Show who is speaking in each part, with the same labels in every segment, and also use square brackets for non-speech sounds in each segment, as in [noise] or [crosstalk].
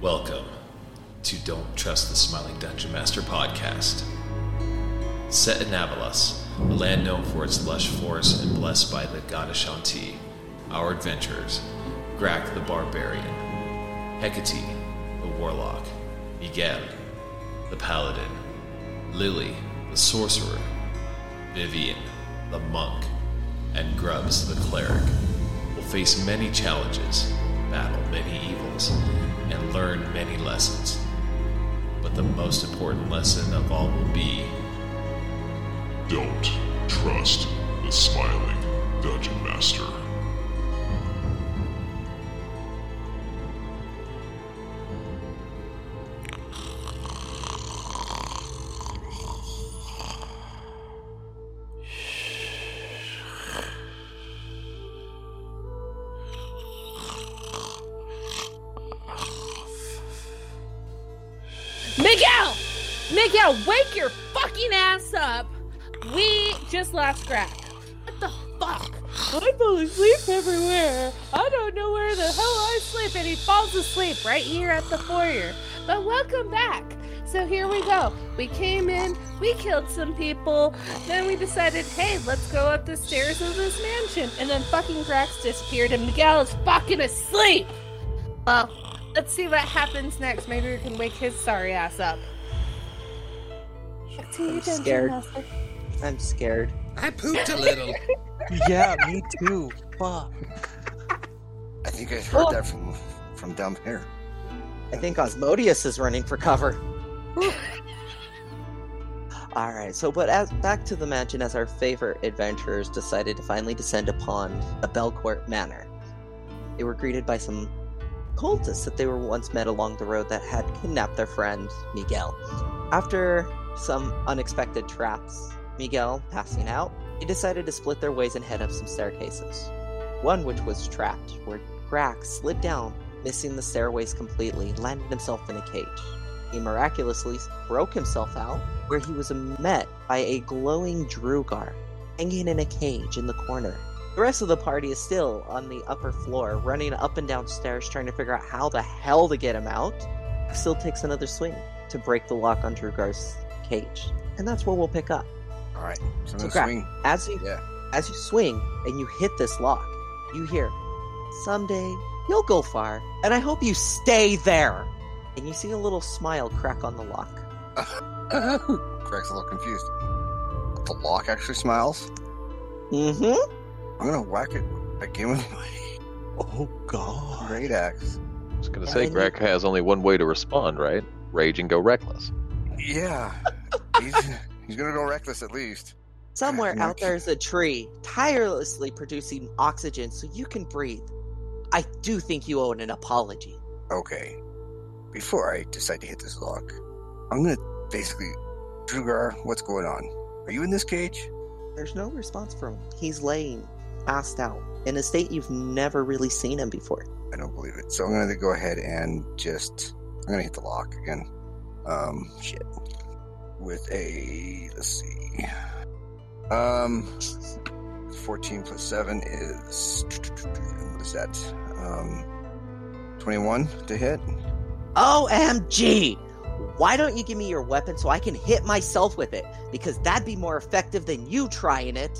Speaker 1: Welcome to Don't Trust the Smiling Dungeon Master podcast. Set in Avalos, a land known for its lush forests and blessed by the god Ashanti, our adventurers, Grak the Barbarian, Hecate, the Warlock, Miguel, the Paladin, Lily, the Sorcerer, Vivian, the Monk, and Grubbs, the Cleric, will face many challenges, battle many evils, and learn many lessons. But the most important lesson of all will be
Speaker 2: Don't trust the smiling dungeon master.
Speaker 3: Miguel! Miguel, wake your fucking ass up! We just lost Greg. What the fuck? I fall asleep everywhere. I don't know where the hell I sleep, and he falls asleep right here at the foyer. But welcome back. So here we go. We came in, we killed some people, then we decided, hey, let's go up the stairs of this mansion. And then fucking Grax disappeared, and Miguel is fucking asleep! Well, let's see what happens next. Maybe we can wake his sorry ass up. Back to you, Dungeon
Speaker 4: scared.
Speaker 3: Master.
Speaker 4: I'm scared.
Speaker 5: I pooped a little.
Speaker 4: Yeah, me too. Fuck.
Speaker 6: I think I heard
Speaker 4: Oh.
Speaker 6: that from from down here.
Speaker 4: I think Osmodius is running for cover. All right. So, but as back to the mansion, as our favorite adventurers decided to finally descend upon a Belcourt Manor, they were greeted by some cultists that they were once met along the road that had kidnapped their friend Miguel. After some unexpected traps, Miguel passing out, they decided to split their ways and head up some staircases. One which was trapped, where Grax slid down, missing the stairways completely, landing himself in a cage. He miraculously broke himself out, where he was met by a glowing Drugar, hanging in a cage in the corner. The rest of the party is still on the upper floor, running up and down stairs, trying to figure out how the hell to get him out. Still takes another swing to break the lock on Drugar's cage. And that's where we'll pick up.
Speaker 6: All right, so I'm
Speaker 4: So
Speaker 6: gonna
Speaker 4: crap.
Speaker 6: swing.
Speaker 4: As you
Speaker 6: Yeah.
Speaker 4: as you swing and you hit this lock, you hear, "Someday you'll go far, and I hope you stay there." And you see a little smile crack on the lock.
Speaker 6: Greg's a little confused. The lock actually smiles.
Speaker 4: Mm-hmm.
Speaker 6: I'm gonna whack it again with my
Speaker 7: [laughs] Oh god.
Speaker 6: great axe.
Speaker 8: I was gonna
Speaker 4: Yeah,
Speaker 8: say,
Speaker 4: and
Speaker 8: Greg has only one way to respond, right? Rage and go reckless.
Speaker 6: Yeah, he's he's gonna go reckless at least.
Speaker 4: Somewhere
Speaker 6: Knock.
Speaker 4: out there is a tree, tirelessly producing oxygen so you can breathe. I do think you owe an apology.
Speaker 6: Okay, before I decide to hit this lock, I'm gonna basically, Drugar, what's going on? Are you in this cage?
Speaker 4: There's no response from him. He's laying, passed out, in a state you've never really seen him before.
Speaker 6: I don't believe it. So I'm gonna go ahead and just I'm gonna hit the lock again. Um shit. With a let's see. Um fourteen plus seven is what is that? Um twenty-one to hit?
Speaker 4: OMG! Why don't you give me your weapon so I can hit myself with it? Because that'd be more effective than you trying it.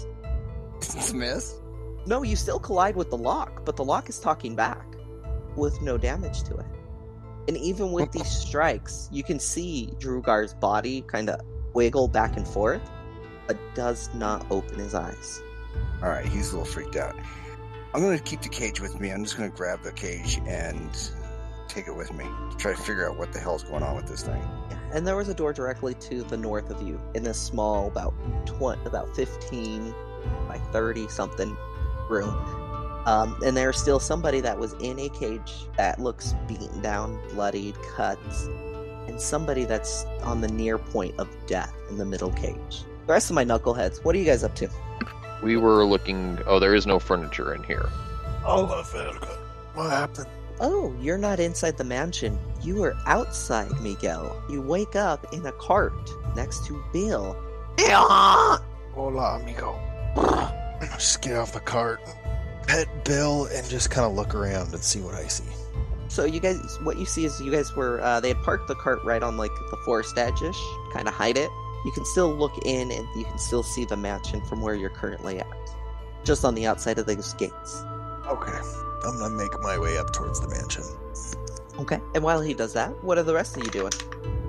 Speaker 6: Smith?
Speaker 4: No, you still collide with the lock, but the lock is talking back with no damage to it. And even with these strikes, you can see Drugar's body kind of wiggle back and forth, but does not open his eyes.
Speaker 6: Alright, he's a little freaked out. I'm gonna keep the cage with me. I'm just gonna grab the cage and take it with me to try to figure out what the hell's going on with this thing.
Speaker 4: And there was a door directly to the north of you in this small, about tw- about fifteen by thirty something room. Um, and there's still somebody that was in a cage that looks beaten down, bloodied, cuts, and somebody that's on the near point of death in the middle cage. The rest of my knuckleheads, what are you guys up to?
Speaker 8: We were looking. Oh, there is no furniture in here.
Speaker 7: Oliver.
Speaker 6: What happened?
Speaker 4: Oh, you're not inside the mansion. You are outside, Miguel. You wake up in a cart next to Bill.
Speaker 7: Hola, amigo. I'm gonna just get off the cart, pet Bill, and just kind of look around and see what I see.
Speaker 4: So you guys, what you see is you guys were uh, they had parked the cart right on like the forest edge ish, kind of hide it. You can still look in and you can still see the mansion from where you're currently at, just on the outside of those gates.
Speaker 6: Okay.
Speaker 9: I'm gonna make my way up towards the mansion.
Speaker 4: Okay. And while he does that, what are the rest of you doing?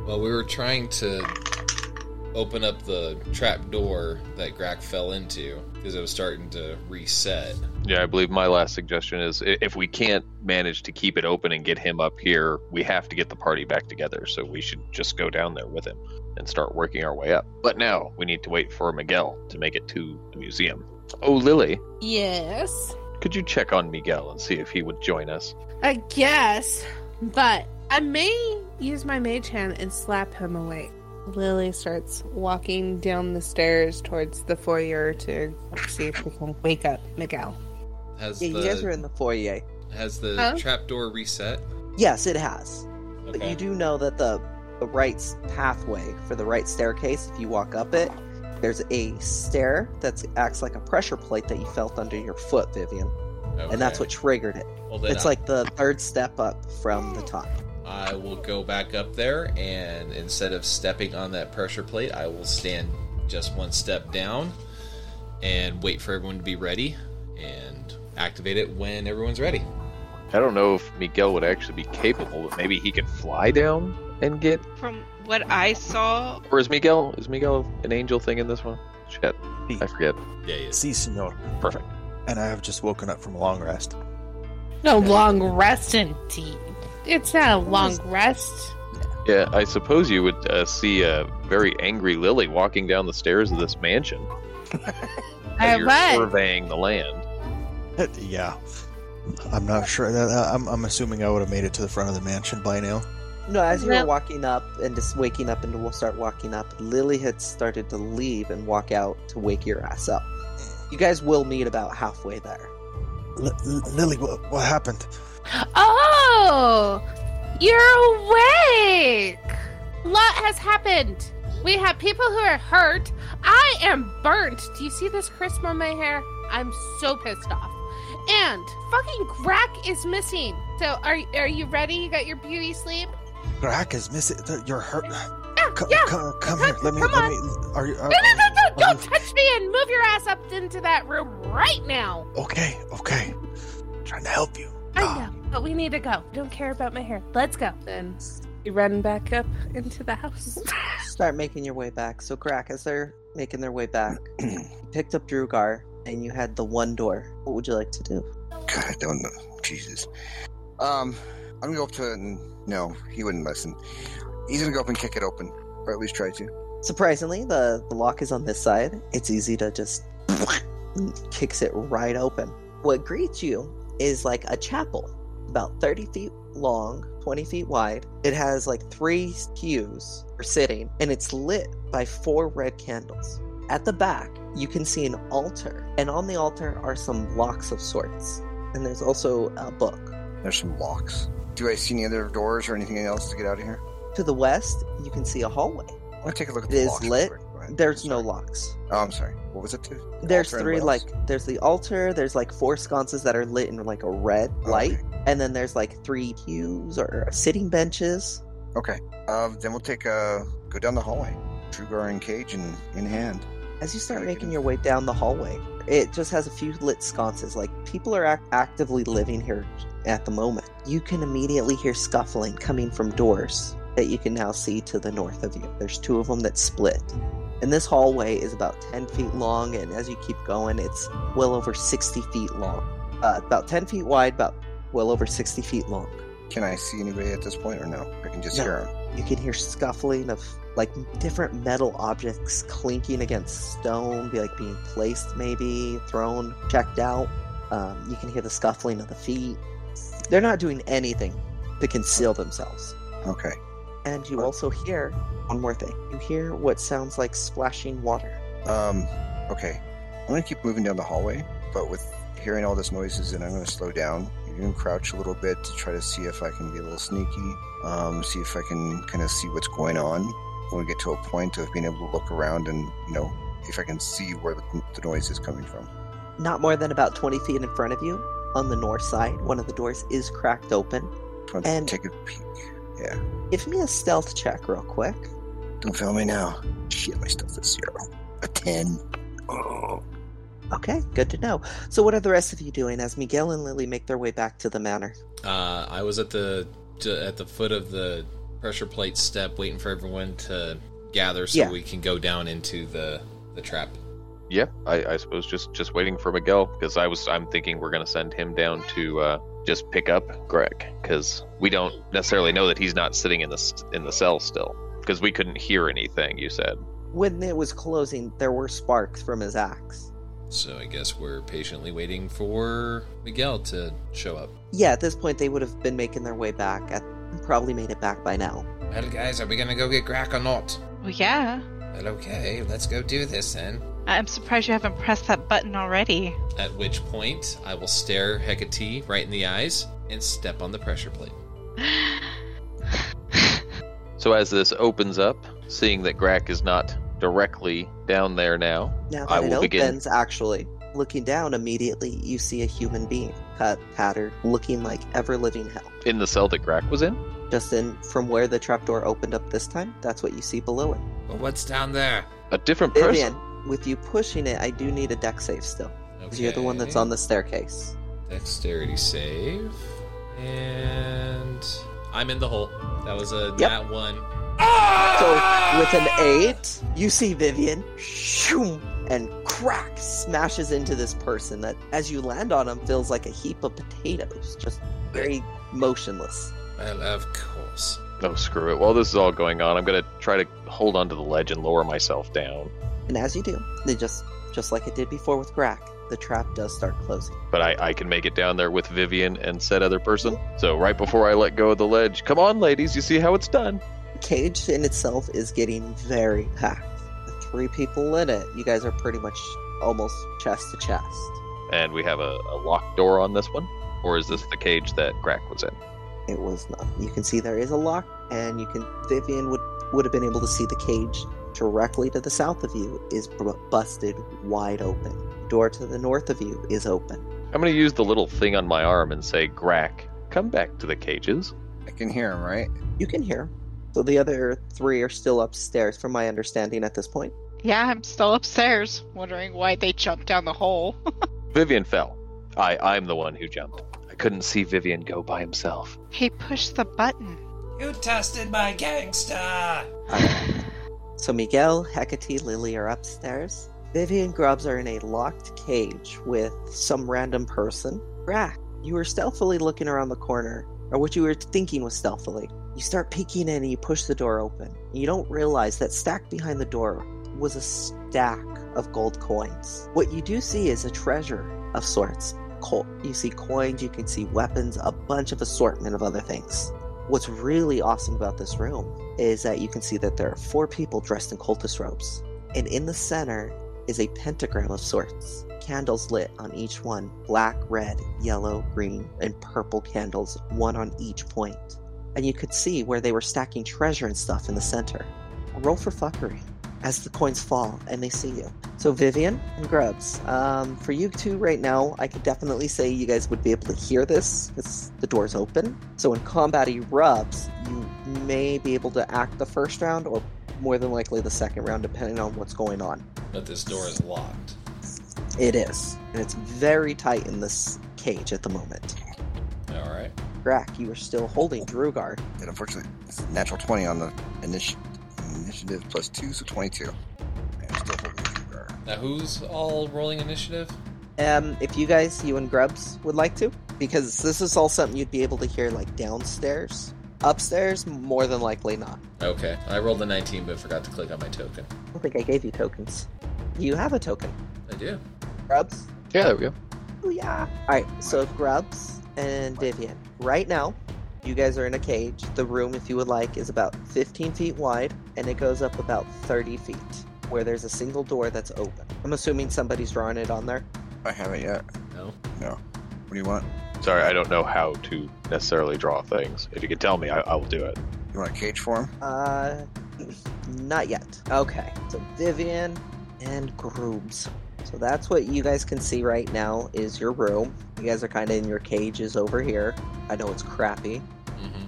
Speaker 1: Well, we were trying to open up the trap door that Grack fell into because it was starting to reset.
Speaker 8: Yeah, I believe my last suggestion is i- if we can't manage to keep it open and get him up here, we have to get the party back together. So we should just go down there with him and start working our way up. But now we need to wait for Miguel to make it to the museum. Oh, Lily,
Speaker 10: Yes.
Speaker 8: could you check on Miguel and see if he would join us?
Speaker 10: I guess, but I may use my mage hand and slap him awake. Lily starts walking down the stairs towards the foyer to see if we can wake up Miguel.
Speaker 1: Has
Speaker 4: Yeah,
Speaker 1: the
Speaker 4: you guys are in the foyer.
Speaker 1: has the
Speaker 10: Huh?
Speaker 1: trap door reset?
Speaker 4: Yes, it has. But
Speaker 1: Okay.
Speaker 4: you do know that the the right s- pathway for the right staircase, if you walk up it, there's a stair that acts like a pressure plate that you felt under your foot, Vivian, and that's
Speaker 1: Okay.
Speaker 4: what triggered it.
Speaker 1: Well, then
Speaker 4: it's
Speaker 1: I-
Speaker 4: like the third step up from the top.
Speaker 1: I will go back up there, and instead of stepping on that pressure plate, I will stand just one step down and wait for everyone to be ready and activate it when everyone's ready.
Speaker 8: I don't know if Miguel would actually be capable, but maybe he could fly down and get.
Speaker 5: From what I saw,
Speaker 8: Or is Miguel is Miguel an angel thing in this one? Shit, I forget.
Speaker 1: Yeah, yeah.
Speaker 9: See, senor.
Speaker 8: Perfect.
Speaker 9: And I have just woken up from a long rest.
Speaker 10: No long rest indeed. It's not a long rest.
Speaker 8: Yeah, I suppose you would uh, see a very angry Lily walking down the stairs of this mansion.
Speaker 10: I
Speaker 8: as you're
Speaker 10: would.
Speaker 8: surveying the land.
Speaker 9: yeah. I'm not sure. That, I'm, I'm assuming I would have made it to the front of the mansion by now.
Speaker 4: No, as you were
Speaker 10: Well-
Speaker 4: walking up and just waking up and to start walking up, Lily had started to leave and walk out to wake your ass up. You guys will meet about halfway there.
Speaker 9: L- L- Lily, what, what happened?
Speaker 10: Oh, you're awake. A lot has happened. We have people who are hurt. I am burnt. Do you see this crisp on my hair? I'm so pissed off. And fucking Grack is missing. So are are you ready? You got your beauty sleep?
Speaker 9: Grack is missing. You're hurt.
Speaker 10: Yeah,
Speaker 9: Come,
Speaker 10: yeah.
Speaker 9: come, come
Speaker 10: Come-
Speaker 9: here. Let me.
Speaker 10: come
Speaker 9: let
Speaker 10: on.
Speaker 9: me. Are you? Are,
Speaker 10: No, no, no, no!
Speaker 9: are
Speaker 10: Don't touch me and move your ass up into that room right now.
Speaker 9: you- Okay. Okay. trying to help you.
Speaker 10: I know, but we need to go. Don't care about my hair. Let's go. Then you run back up into the house. [laughs]
Speaker 4: Start making your way back. So, Crack, as they're making their way back, you picked up Drugar and you had the one door. What would you like to do?
Speaker 6: God, I don't know. Jesus. Um, I'm gonna go up to it and no, he wouldn't listen. He's gonna go up and kick it open, or at least try to.
Speaker 4: Surprisingly, the, the lock is on this side. It's easy to just [sniffs] kicks it right open. What greets you is like a chapel, about 30 feet long, 20 feet wide. It has like three pews for sitting, and it's lit by four red candles. At the back, you can see an altar, and on the altar are some locks of sorts, and there's also a book.
Speaker 6: There's some locks. Do I see any other doors or anything else to get out of here?
Speaker 4: To the west, you can see a hallway.
Speaker 6: I'm gonna take a look at
Speaker 4: It
Speaker 6: the
Speaker 4: is
Speaker 6: locks. real
Speaker 4: lit.
Speaker 6: quick. Go ahead.
Speaker 4: There's no locks.
Speaker 6: Oh, I'm sorry. What was it? To?
Speaker 4: there's
Speaker 6: altar and
Speaker 4: three
Speaker 6: what else?
Speaker 4: like there's the altar there's like four sconces that are lit in like a red light and then there's like three pews or sitting benches
Speaker 6: Okay. Uh, then we'll take a go down the hallway. Drugar and cage in, in hand.
Speaker 4: as you start
Speaker 6: Very
Speaker 4: making
Speaker 6: good.
Speaker 4: your way down the hallway it just has a few lit sconces like people are ac- actively living here at the moment you can immediately hear scuffling coming from doors that you can now see to the north of you there's two of them that split and this hallway is about 10 feet long and as you keep going it's well over 60 feet long uh, about 10 feet wide about well over 60 feet long
Speaker 6: Can I see anybody at this point or no? I can just
Speaker 4: No.
Speaker 6: hear him.
Speaker 4: You can hear scuffling of like different metal objects clinking against stone, be like being placed, maybe thrown, checked out. Um, you can hear the scuffling of the feet. They're not doing anything to conceal themselves.
Speaker 6: Okay.
Speaker 4: And you also hear one more thing. You hear what sounds like splashing water.
Speaker 6: Um, okay. I'm gonna keep moving down the hallway, but with hearing all this noises, and I'm gonna slow down. I'm gonna crouch a little bit to try to see if I can be a little sneaky. Um, see if I can kind of see what's going on. When we get to a point of being able to look around and you know if I can see where the, the noise is coming from.
Speaker 4: Not more than about 20 feet in front of you, on the north side, one of the doors is cracked open.
Speaker 6: Let's
Speaker 4: And-
Speaker 6: take a peek.
Speaker 4: Give me a stealth check real quick.
Speaker 6: Don't fail me now. Shit, my stuff is zero. A ten. Oh,
Speaker 4: Okay, good to know. So, what are the rest of you doing as Miguel and Lily make their way back to the manor?
Speaker 1: Uh, I was at the ju- at the foot of the pressure plate step, waiting for everyone to gather so
Speaker 4: Yeah.
Speaker 1: we can go down into the the trap.
Speaker 8: Yeah, I, I suppose just just waiting for Miguel because I was I'm thinking we're gonna send him down to uh, just pick up Greg because we don't necessarily know that he's not sitting in the s- in the cell still because we couldn't hear anything. You said
Speaker 4: When it was closing, there were sparks from his axe.
Speaker 1: So I guess we're patiently waiting for Miguel to show up.
Speaker 4: Yeah, at this point, they would have been making their way back. At, probably made it back by now.
Speaker 1: Well, guys, are we gonna go get Grack or not?
Speaker 5: Well, yeah.
Speaker 1: Well, okay, let's go do this then.
Speaker 5: I'm surprised you haven't pressed that button [sighs] already.
Speaker 1: At which point, I will stare Hecate right in the eyes and step on the pressure plate.
Speaker 8: so. As this opens up, seeing that Grack is not directly down there now,
Speaker 4: Now that
Speaker 8: I
Speaker 4: it
Speaker 8: will
Speaker 4: opens,
Speaker 8: begin.
Speaker 4: actually, looking down immediately, you see a human being, cut, tattered, looking like ever living hell.
Speaker 8: in the cell that Grack was in.
Speaker 4: Just in from where the trapdoor opened up this time, that's what you see below it.
Speaker 1: Well, what's down there?
Speaker 8: A different person.
Speaker 4: Vivian, with you pushing it, I do need a deck save still. 'cause You're the one that's
Speaker 1: Okay.
Speaker 4: on the staircase.
Speaker 1: Dexterity save. And I'm in the hole. That was a
Speaker 4: Yep.
Speaker 1: nat one.
Speaker 4: So with an eight, you see Vivian, shoom, and crack smashes into this person that, as you land on him, feels like a heap of potatoes, just very motionless.
Speaker 1: Well, of course.
Speaker 8: Oh screw it! While this is all going on, I'm gonna try to hold onto the ledge and lower myself down.
Speaker 4: And as you do, they just just like it did before with Crack, the trap does start closing.
Speaker 8: but I, I can make it down there with Vivian and said other person. So right before I let go of the ledge, come on, ladies, you see how it's done.
Speaker 4: The cage in itself is getting very packed. The three people in it, you guys are pretty much almost chest to chest.
Speaker 8: And we have a, a locked door on this one, or is this the cage that Grack was in?
Speaker 4: It was not. You can see there is a lock, and you can Vivian would would have been able to see the cage directly to the south of you is b- busted wide open. Door to the north of you is open.
Speaker 8: I'm gonna use the little thing on my arm and say, Grack, come back to the cages.
Speaker 6: I can hear him, right?
Speaker 4: You can hear. 'em. So the other three are still upstairs, from my understanding at this point.
Speaker 5: Yeah, I'm still upstairs, wondering why they jumped down the hole. [laughs]
Speaker 8: Vivian fell. I I'm the one who jumped. I couldn't see Vivian go by himself.
Speaker 5: he pushed the button. [sighs]
Speaker 1: You tested my gangster!
Speaker 4: So Miguel, Hecate, Lily are upstairs. Vivian Grubbs are in a locked cage with some random person. Rack, you were stealthily looking around the corner, or what you were thinking was stealthily. You start peeking in and you push the door open. You don't realize that stacked behind the door was a stack of gold coins. What you do see is a treasure of sorts. Co- You see coins, you can see weapons, a bunch of assortment of other things. What's really awesome about this room is that you can see that there are four people dressed in cultist robes, and in the center is a pentagram of sorts. Candles lit on each one black, red, yellow, green, and purple candles, one on each point. And you could see where they were stacking treasure and stuff in the center. Roll for fuckery as the coins fall and they see you. So, Vivian and Grubs, um, for you two right now, I could definitely say you guys would be able to hear this because the door's open. So, in combat erupts, you may be able to act the first round or more than likely the second round, depending on what's going on.
Speaker 1: But this door is locked.
Speaker 4: It is. And it's very tight in this cage at the moment.
Speaker 1: Alright.
Speaker 4: Grack, you are still holding Drugar.
Speaker 6: And unfortunately, it's a natural 20 on the initi- initiative plus 2, so 22. And I'm still holding the lever.
Speaker 1: Now, who's all rolling initiative?
Speaker 4: Um, if you guys, you and Grubs, would like to, because this is all something you'd be able to hear like downstairs. Upstairs, more than likely not.
Speaker 1: Okay. I rolled a 19 but forgot to click on my token.
Speaker 4: I don't think I gave you tokens. You have a token,
Speaker 1: I do.
Speaker 4: Grubs.
Speaker 8: Yeah, there we go.
Speaker 4: Oh yeah. All right. So Grubs and Vivian. Right now, you guys are in a cage. The room, if you would like, is about 15 feet wide, and it goes up about 30 feet, where there's a single door that's open. I'm assuming somebody's drawing it on there.
Speaker 6: I haven't yet.
Speaker 1: No.
Speaker 6: No. What do you want?
Speaker 8: Sorry, I don't know how to necessarily draw things. If you could tell me, I, I will do it.
Speaker 6: You want a cage for him?
Speaker 4: Uh, [clears throat] not yet. Okay. So Vivian and Grubs. So that's what you guys can see right now is your room. You guys are kind of in your cages over here. I know it's crappy.
Speaker 1: hmm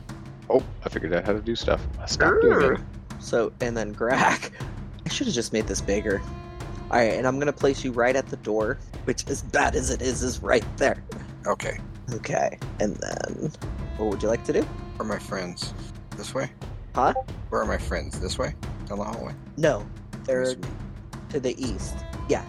Speaker 8: Oh, I figured out how to do stuff. I stopped doing it.
Speaker 4: So, and then Grack. [laughs] I should have just made this bigger. Alright, and I'm gonna place you right at the door, which, as bad as it is, is right there.
Speaker 6: Okay.
Speaker 4: Okay, and then. What would you like to do?
Speaker 6: Where are my friends? This way?
Speaker 4: Huh?
Speaker 6: Where are my friends? This way? Down the hallway?
Speaker 4: No, they're
Speaker 6: This way.
Speaker 4: to the east. Yeah.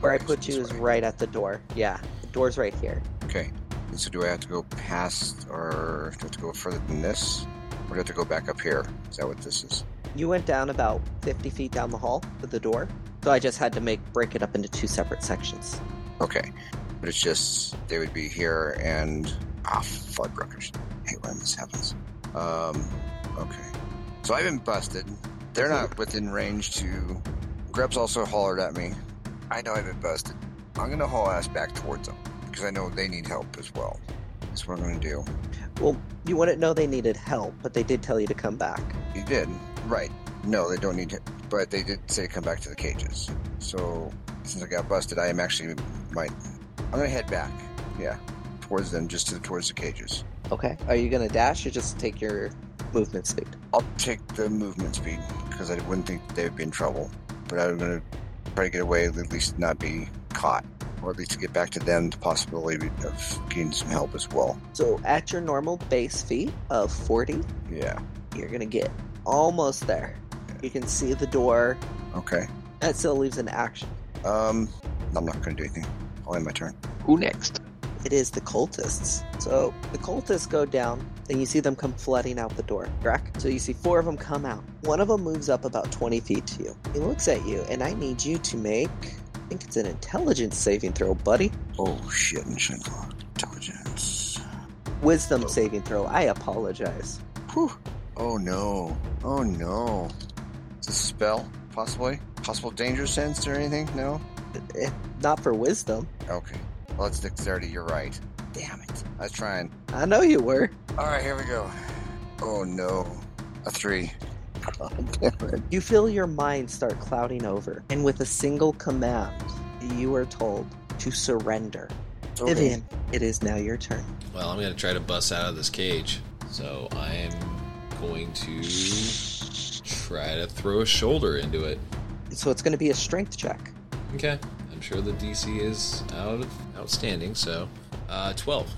Speaker 4: Where I
Speaker 6: Okay, so
Speaker 4: put you
Speaker 6: this
Speaker 4: is
Speaker 6: way.
Speaker 4: right at the door. Yeah, the door's right here.
Speaker 6: Okay. And So do I have to go past, or do I have to go further than this? Or do I have to go back up here? Is that what this is?
Speaker 4: You went down about 50 feet down the hall to the door, so I just had to make break it up into two separate sections.
Speaker 6: Okay. But it's just, they would be here and. Ah, Fuddruckers. I hate when this happens. Um, okay. So I've been busted. They're not within range to. Greb's also hollered at me. I know I've been busted. I'm gonna haul ass back towards them because I know they need help as well. That's what I'm gonna do.
Speaker 4: Well, you wouldn't know they needed help, but they did tell you to come back.
Speaker 6: You did. Right. No, they don't need to. But they did say to come back to the cages. So, since I got busted, I am actually might. I'm gonna head back. Yeah, towards them, just to towards the cages.
Speaker 4: Okay. Are you gonna dash or just take your movement speed?
Speaker 6: I'll take the movement speed because I wouldn't think they would be in trouble. But I'm gonna try to get away, at least not be caught, or at least to get back to them the possibility of getting some help as well.
Speaker 4: So at your normal base feet of 40,
Speaker 6: Yeah.
Speaker 4: you're gonna get almost there. You can see the door.
Speaker 6: Okay.
Speaker 4: That still leaves an action.
Speaker 6: Um, I'm not gonna do anything. I'll end my turn.
Speaker 8: Who next?
Speaker 4: It is the cultists. So the cultists go down, and you see them come flooding out the door, correct? So you see four of them come out. One of them moves up about 20 feet to you. He looks at you, and I need you to make, I think it's an intelligence saving throw, buddy.
Speaker 6: Oh shit! And Shinlock. Intelligence.
Speaker 4: Wisdom saving throw. I apologize.
Speaker 6: Whew. Oh no. Oh no. Is this a spell? Possibly? Possible danger sense or anything? No?
Speaker 4: Eh, Not for wisdom.
Speaker 6: Okay. Well, it's dexterity. You're right. Damn it. I was trying.
Speaker 4: I know you were. [laughs]
Speaker 6: Alright, here we go. Oh no. A three. God damn it.
Speaker 4: You feel your mind start clouding over, and with a single command, you are told to surrender.
Speaker 6: Okay.
Speaker 4: Vivian, it is now your turn.
Speaker 1: Well, I'm going to try to bust out of this cage. So I am going to try to throw a shoulder into it.
Speaker 4: So it's going to be a strength check.
Speaker 1: Okay. I'm sure the DC is out of outstanding, so uh, 12.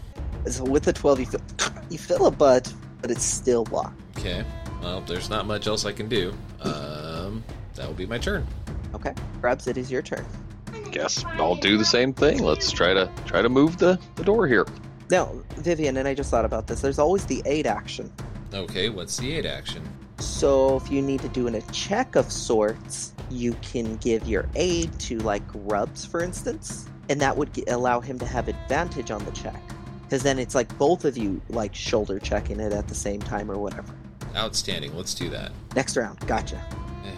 Speaker 4: So with the 12, you feel, you feel a butt, but it's still locked.
Speaker 1: Okay. Well, there's not much else I can do. Um, that will be my turn.
Speaker 4: Okay. Grabs, it is your turn.
Speaker 8: Guess I'll do the same thing. Let's try to try to move the, the door here.
Speaker 4: Now, Vivian, and I just thought about this, there's always the aid action.
Speaker 1: Okay, what's the aid action?
Speaker 4: So if you need to do an, a check of sorts, you can give your aid to, like, Grubs, for instance, and that would g- allow him to have advantage on the check. Because then it's like both of you, like, shoulder checking it at the same time or whatever.
Speaker 1: Outstanding. Let's do that.
Speaker 4: Next round. Gotcha.
Speaker 1: Eh,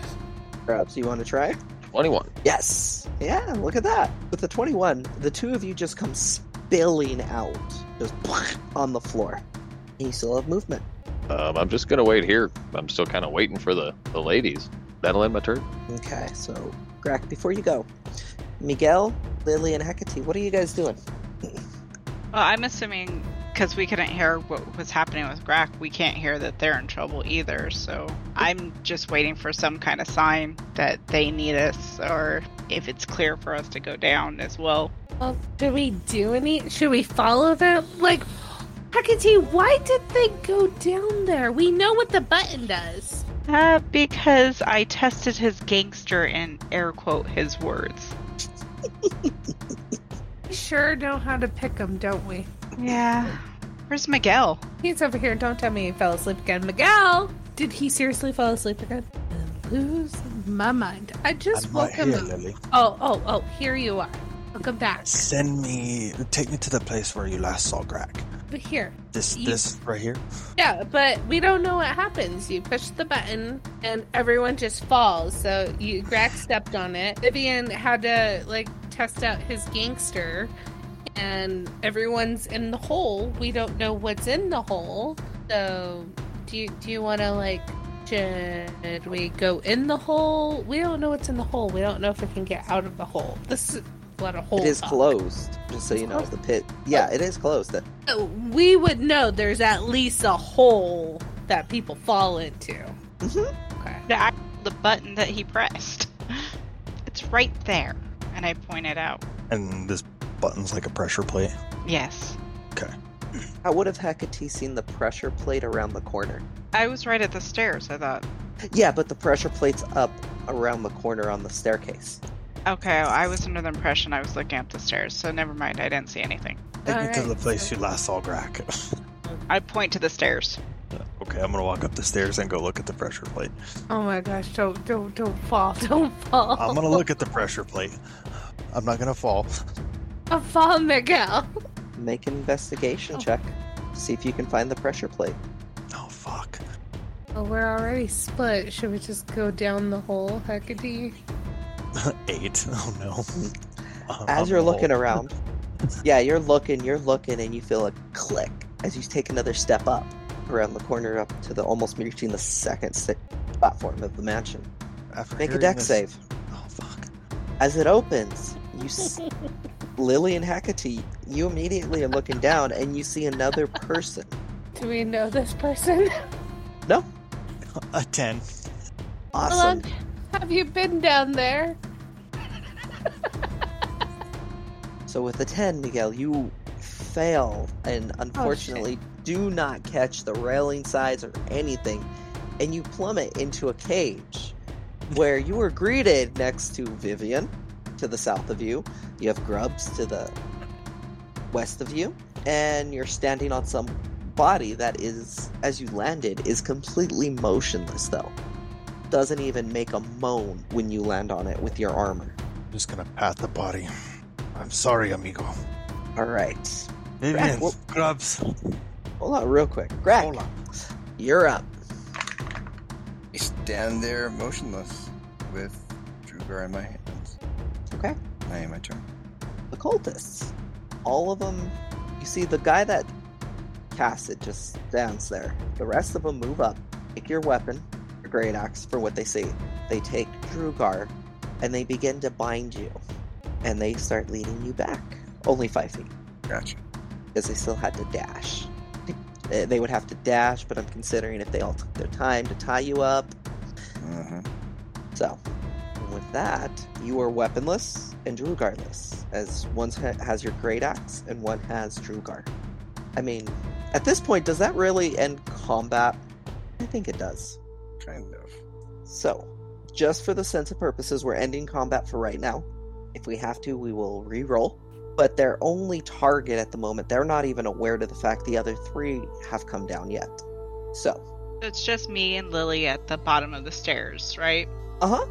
Speaker 4: Grubs, you want to try?
Speaker 8: Twenty one.
Speaker 4: Yes. Yeah, look at that. With the 21, the two of you just come spilling out, just [sniffs] on the floor. And you still have movement.
Speaker 8: Um, I'm just gonna wait here. I'm still kind of waiting for the the ladies. That'll end my turn.
Speaker 4: Okay, so, Grack, before you go, Miguel, Lily, and Hecate, what are you guys doing?
Speaker 5: Well, I'm assuming because we couldn't hear what was happening with Grack, we can't hear that they're in trouble either. So I'm just waiting for some kind of sign that they need us, or if it's clear for us to go down as well.
Speaker 3: Well, should we do any? Should we follow them? Like, Hecate, why did they go down there? We know what the button does.
Speaker 5: Uh, because I tested his gangster and air quote his words.
Speaker 10: We sure know how to pick them, don't we?
Speaker 5: Yeah. Where's Miguel?
Speaker 10: He's over here. Don't tell me he fell asleep again. Miguel! Did he seriously fall asleep again? I lose my mind. I just
Speaker 7: I'm
Speaker 10: woke
Speaker 7: not here,
Speaker 10: him up.
Speaker 7: Lily.
Speaker 10: Oh, oh, oh, here you are. Welcome back.
Speaker 7: Send me, take me to the place where you last saw Grack.
Speaker 10: But here.
Speaker 7: This,
Speaker 10: You-
Speaker 7: this right here.
Speaker 10: Yeah, but we don't know what happens. You push the button and everyone just falls. So you Greg stepped on it. Vivian had to like test out his gangster and everyone's in the hole. We don't know what's in the hole. So do you do you wanna like should we go in the hole? We don't know what's in the hole. We don't know if we can get out of the hole. This let a hole.
Speaker 4: it is
Speaker 10: up.
Speaker 4: closed, just so you know. The pit. Yeah, it is closed. That
Speaker 10: So We would know there's at least a hole that people fall into.
Speaker 4: Mhm.
Speaker 10: Okay.
Speaker 5: Yeah, I- the button that he pressed. [laughs] It's right there. And I pointed out.
Speaker 7: And this button's like a pressure plate.
Speaker 5: Yes.
Speaker 4: How would have Hecate seen the pressure plate around the corner?
Speaker 5: I was right at the stairs. I thought,
Speaker 4: Yeah, but the pressure plate's up around the corner on the staircase.
Speaker 5: okay, I was under the impression I was looking up the stairs. So never mind. I didn't see anything.
Speaker 7: Take me to
Speaker 10: Alright,
Speaker 7: the place
Speaker 10: so-
Speaker 7: you last saw Grack.
Speaker 5: I point to the stairs.
Speaker 7: [laughs] okay, I'm gonna walk up the stairs and go look at the pressure plate.
Speaker 10: Oh my gosh! Don't don't don't fall! [laughs] Don't fall!
Speaker 7: I'm gonna look at the pressure plate. I'm not gonna fall.
Speaker 10: Don't fall, Miguel.
Speaker 4: Make an investigation check. See if you can find the pressure plate.
Speaker 7: Oh fuck.
Speaker 10: Oh, we're already split. Should we just go down the hole, Hecate?
Speaker 7: Eight. [laughs] Oh no. Uh,
Speaker 4: As
Speaker 7: I'm
Speaker 4: you're looking
Speaker 7: old. [laughs]
Speaker 4: around, yeah, you're looking, you're looking, and you feel a click as you take another step up around the corner up to the almost reaching the second sta- platform of the mansion.
Speaker 7: After
Speaker 4: Make a
Speaker 7: hearing
Speaker 4: deck
Speaker 7: this-
Speaker 4: save.
Speaker 7: Oh fuck.
Speaker 4: As it opens,
Speaker 7: [laughs]
Speaker 4: you s- Lily and Hecate, you immediately are looking down and you see another person.
Speaker 10: Do we know this person?
Speaker 4: No,
Speaker 7: A ten.
Speaker 10: How
Speaker 4: awesome.
Speaker 10: long have you been down there?
Speaker 4: So with the 10, Miguel, you fail and unfortunately do not catch the railing sides or anything, and you plummet into a cage where you are greeted next to Vivian to the south of you. You have Grubs to the west of you, and you're standing on some body that is, as you landed, is completely motionless though. Doesn't even make a moan when you land on it with your armor.
Speaker 7: I'm just gonna pat the body. I'm sorry, amigo.
Speaker 4: All right.
Speaker 7: Vivian,
Speaker 4: well-
Speaker 7: grubs.
Speaker 4: Hold on, real quick. Greg,
Speaker 7: Hola.
Speaker 4: you're up.
Speaker 6: I stand there motionless with Drugar in my hands.
Speaker 4: Okay.
Speaker 6: I am my turn.
Speaker 4: the cultists. All of them. You see, the guy that casts it just stands there. The rest of them move up, take your weapon, your great axe, for what they see. They take Drugar, and they begin to bind you, and they start leading you back. Only five feet,
Speaker 6: Gotcha.
Speaker 4: because they still had to dash. They they would have to dash, but I'm considering if they all took their time to tie you up,
Speaker 6: hmm
Speaker 4: so, with that, you are weaponless and Drugarless, as one ha- has your great axe and one has Drugar. I mean, at this point, does that really end combat? I think it does.
Speaker 6: Kind of.
Speaker 4: So, just for the sense of purposes, we're ending combat for right now. If we have to, we will re-roll. But their only target at the moment, they're not even aware to the fact the other three have come down yet. So,
Speaker 5: It's just me and Lily at the bottom of the stairs, right?
Speaker 4: Uh-huh.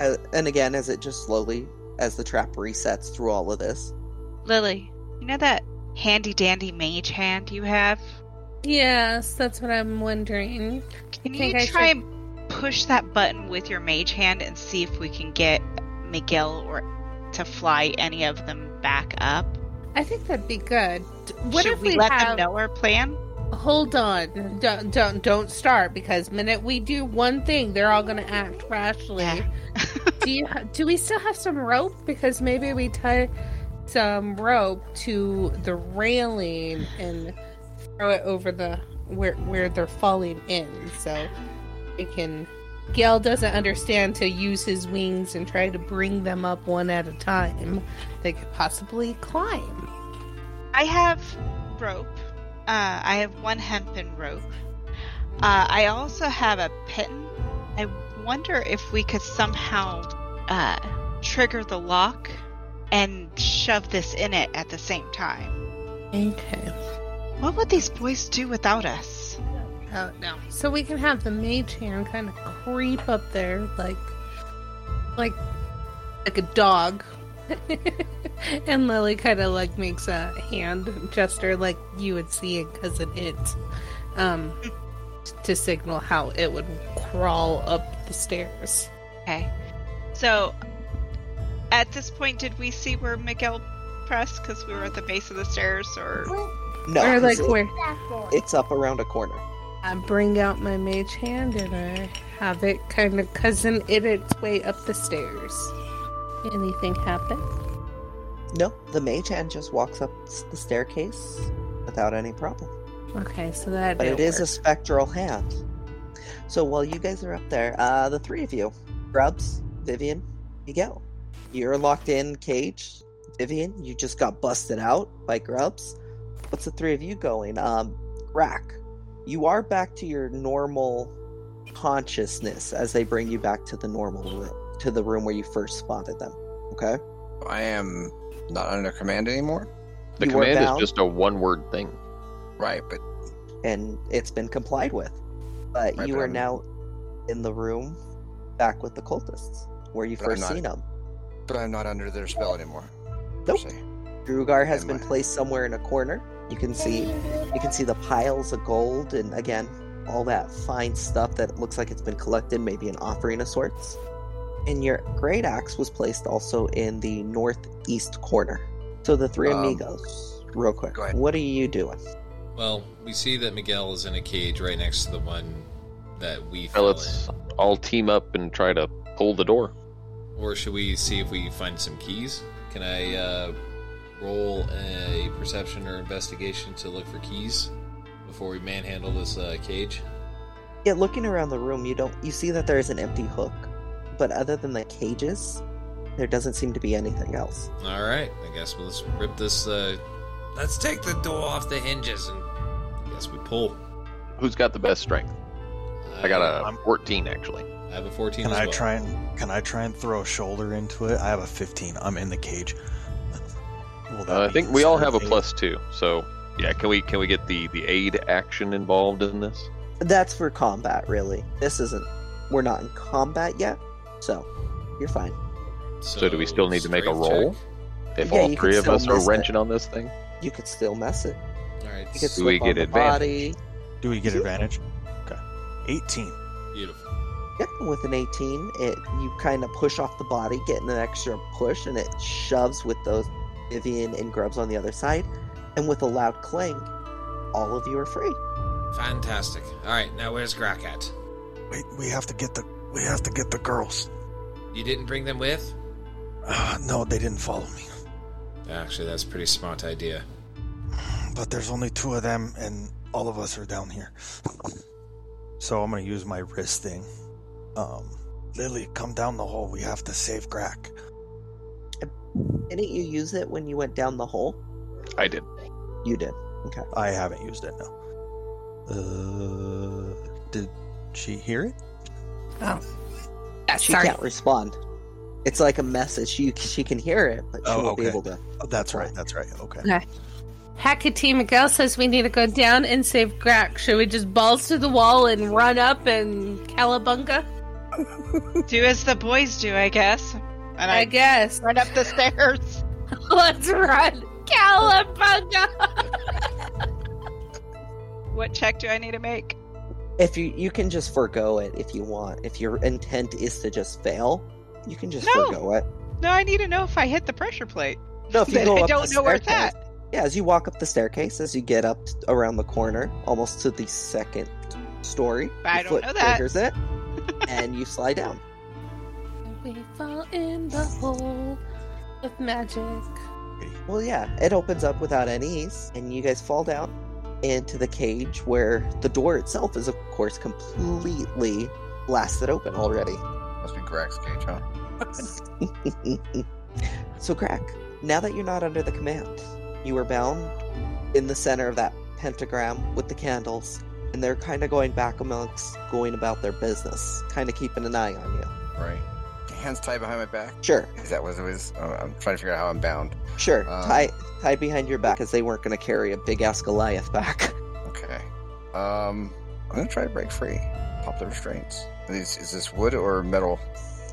Speaker 4: Uh, and again, as it just slowly, as the trap resets through all of this,
Speaker 5: Lily, you know that handy dandy mage hand you have?
Speaker 10: Yes, that's what I'm wondering.
Speaker 5: Can you
Speaker 10: Think I
Speaker 5: try
Speaker 10: should-
Speaker 5: and push that button with your mage hand and see if we can get Miguel or to fly any of them back up?
Speaker 10: I think that'd be good. What
Speaker 5: Should
Speaker 10: if we,
Speaker 5: let
Speaker 10: have...
Speaker 5: them know our plan?
Speaker 10: Hold on. Don't don't don't start because minute we do one thing, they're all gonna act rashly.
Speaker 5: Yeah.
Speaker 10: [laughs] do you do we still have some rope? Because maybe we tie some rope to the railing and throw it over the where where they're falling in, so we can. Gale doesn't understand to use his wings and try to bring them up one at a time. They could possibly climb.
Speaker 5: I have rope. Uh, I have one hempen rope. Uh, I also have a pitten. I wonder if we could somehow uh, trigger the lock and shove this in it at the same time.
Speaker 10: Okay.
Speaker 5: What would these boys do without us?
Speaker 10: Oh no! So we can have the mage hand kind of creep up there, like, like, like a dog. [laughs] and Lily kind of like makes a hand gesture, like you would see it because it is, um, to signal how it would crawl up the stairs.
Speaker 5: Okay. So, at this point, did we see where Miguel pressed? Because we were at the base of the stairs, or
Speaker 10: [laughs]
Speaker 4: no,
Speaker 10: or like
Speaker 4: it's,
Speaker 10: where
Speaker 4: it's up around a corner.
Speaker 10: I bring out my mage hand and I have it kind of cousin it its way up the stairs. Anything happen?
Speaker 4: No, the mage hand just walks up s- the staircase without any problem.
Speaker 10: Okay, so that
Speaker 4: But it
Speaker 10: didn't
Speaker 4: is a
Speaker 10: work.
Speaker 4: spectral hand. So while you guys are up there, uh, the three of you, Grubs, Vivian, you go. You're locked in cage. Vivian, you just got busted out by Grubs. What's the three of you going? Um, Rack, you are back to your normal consciousness as they bring you back to the normal room, to the room where you first spotted them. Okay.
Speaker 6: I am not under command anymore.
Speaker 8: The
Speaker 4: You are
Speaker 8: command is
Speaker 4: bound.
Speaker 8: just a one word thing.
Speaker 6: Right, but
Speaker 4: and it's been complied with. But
Speaker 6: Right,
Speaker 4: you
Speaker 6: but
Speaker 4: are
Speaker 6: I'm-
Speaker 4: now in the room back with the cultists where you
Speaker 6: But I'm
Speaker 4: first
Speaker 6: not-
Speaker 4: seen them.
Speaker 6: but I'm not under their spell anymore.
Speaker 4: Nope.
Speaker 6: Per se.
Speaker 4: Drugar has
Speaker 6: Am
Speaker 4: been
Speaker 6: I-
Speaker 4: placed somewhere in a corner. You can see you can see the piles of gold and again all that fine stuff that looks like it's been collected, maybe an offering of sorts. And your great axe was placed also in the northeast corner. So the three
Speaker 6: Um,
Speaker 4: amigos, real quick,
Speaker 6: go ahead.
Speaker 4: what are you doing?
Speaker 1: Well, we see that Miguel is in a cage right next to the one that we
Speaker 8: Now
Speaker 1: fell
Speaker 8: let's all team up and try to pull the door.
Speaker 1: in. Or should we see if we find some keys? Can I uh, roll a perception or investigation to look for keys before we manhandle this uh, cage?
Speaker 4: Yeah, looking around the room, you don't you see that there is an empty hook, but other than the cages, there doesn't seem to be anything else.
Speaker 1: All right, I guess we'll just rip this. Uh, let's take the door off the hinges and. I guess we pull.
Speaker 8: Who's got the best strength? I got a
Speaker 7: I'm-
Speaker 8: 14 actually.
Speaker 1: I have a fourteen.
Speaker 7: Can
Speaker 1: as
Speaker 7: I
Speaker 1: well.
Speaker 7: try and can I try and throw a shoulder into it? I have a 15. I'm in the cage. Will that
Speaker 8: Uh, I
Speaker 7: be
Speaker 8: think we all
Speaker 7: considered
Speaker 8: have a
Speaker 7: aid?
Speaker 8: plus two. So yeah, can we can we get the the aid action involved in this?
Speaker 4: That's for combat, really. This isn't we're not in combat yet, so you're fine.
Speaker 8: So do we still need to make a
Speaker 1: strength
Speaker 8: roll?
Speaker 1: check.
Speaker 8: If
Speaker 4: Yeah,
Speaker 8: all
Speaker 4: you
Speaker 8: three
Speaker 4: can
Speaker 8: of us
Speaker 4: still
Speaker 8: are
Speaker 4: miss it.
Speaker 8: wrenching on this thing,
Speaker 4: You could still mess it.
Speaker 1: All right,
Speaker 4: You could
Speaker 8: Do we
Speaker 4: slip on
Speaker 8: get
Speaker 4: the
Speaker 8: advantage?
Speaker 4: body.
Speaker 7: Do we get advantage? Okay. 18.
Speaker 1: beautiful.
Speaker 4: Yeah, with an 18, it you kind of push off the body, getting an extra push, and it shoves with those Vivian and Grubs on the other side, and with a loud clang, all of you are free.
Speaker 1: Fantastic. All right, now where's Grack at?
Speaker 7: Wait, we have to get the we have to get the girls.
Speaker 1: You didn't bring them with?
Speaker 7: Uh, no, they didn't follow me.
Speaker 1: Actually, that's a pretty smart idea.
Speaker 7: But there's only two of them, and all of us are down here. [laughs] So I'm gonna use my wrist thing. Um, Lily, come down the hole. We have to save Grack.
Speaker 4: Didn't you use it when you went down the hole?
Speaker 8: I did.
Speaker 4: You did.
Speaker 7: I haven't used it no. Uh, did she hear it?
Speaker 10: Yeah,
Speaker 4: She
Speaker 10: sorry.
Speaker 4: can't respond. It's like a message. She she can hear it, but she
Speaker 7: Oh,
Speaker 4: won't be
Speaker 7: okay.
Speaker 4: able to.
Speaker 7: Oh, that's right. That's right. Okay.
Speaker 10: Hecate Miguel says we need to go down and save Grack. Should we just balls to the wall and run up and Calabunga?
Speaker 5: Do as the boys do, I guess. And
Speaker 10: I
Speaker 5: I,
Speaker 10: guess. [laughs]
Speaker 5: run up the stairs. [laughs]
Speaker 10: Let's run. Calabunga!
Speaker 5: What check do I need to make?
Speaker 4: If you you can just forego it if you want. If your intent is to just fail, you can just
Speaker 5: No.
Speaker 4: forego it.
Speaker 5: No, I need to know if I hit the pressure plate.
Speaker 4: No, if you
Speaker 5: But
Speaker 4: go
Speaker 5: [laughs] I
Speaker 4: up
Speaker 5: don't
Speaker 4: the
Speaker 5: know where it's
Speaker 4: staircase.
Speaker 5: at.
Speaker 4: Yeah, as you walk up the staircase, as you get up t- around the corner, almost to the second story,
Speaker 5: I
Speaker 4: your
Speaker 5: don't
Speaker 4: foot
Speaker 5: know that.
Speaker 4: triggers it,
Speaker 5: [laughs]
Speaker 4: and you slide down.
Speaker 10: We fall in the hole with magic.
Speaker 4: Well, yeah, it opens up without any ease, and you guys fall down into the cage where the door itself is, of course, completely blasted open already. [laughs]
Speaker 6: Must be Grax's cage, huh?
Speaker 4: so, Crack, now that you're not under the command, you are bound in the center of that pentagram with the candles, and they're kind of going back amongst going about their business, kind of keeping an eye on you.
Speaker 1: Right.
Speaker 6: Hands tied behind my back.
Speaker 4: Sure,
Speaker 6: Is that what it was? Oh, I'm trying to figure out how I'm bound.
Speaker 4: sure.
Speaker 6: Um,
Speaker 4: tie, tie behind your back because they weren't going to carry a big ass Goliath back. [laughs]
Speaker 6: Okay. Um, I'm gonna try to break free. Pop the restraints. Is, is this wood or metal?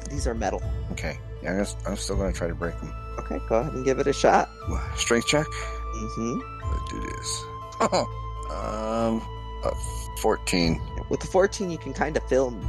Speaker 4: These are metal.
Speaker 6: Okay. Yeah, I'm, gonna, I'm still gonna try to break them.
Speaker 4: Okay, go ahead and give it a shot.
Speaker 6: Strength check.
Speaker 4: hmm
Speaker 6: Let's do this. Oh. um, uh, 14.
Speaker 4: With the 14, you can kind of film,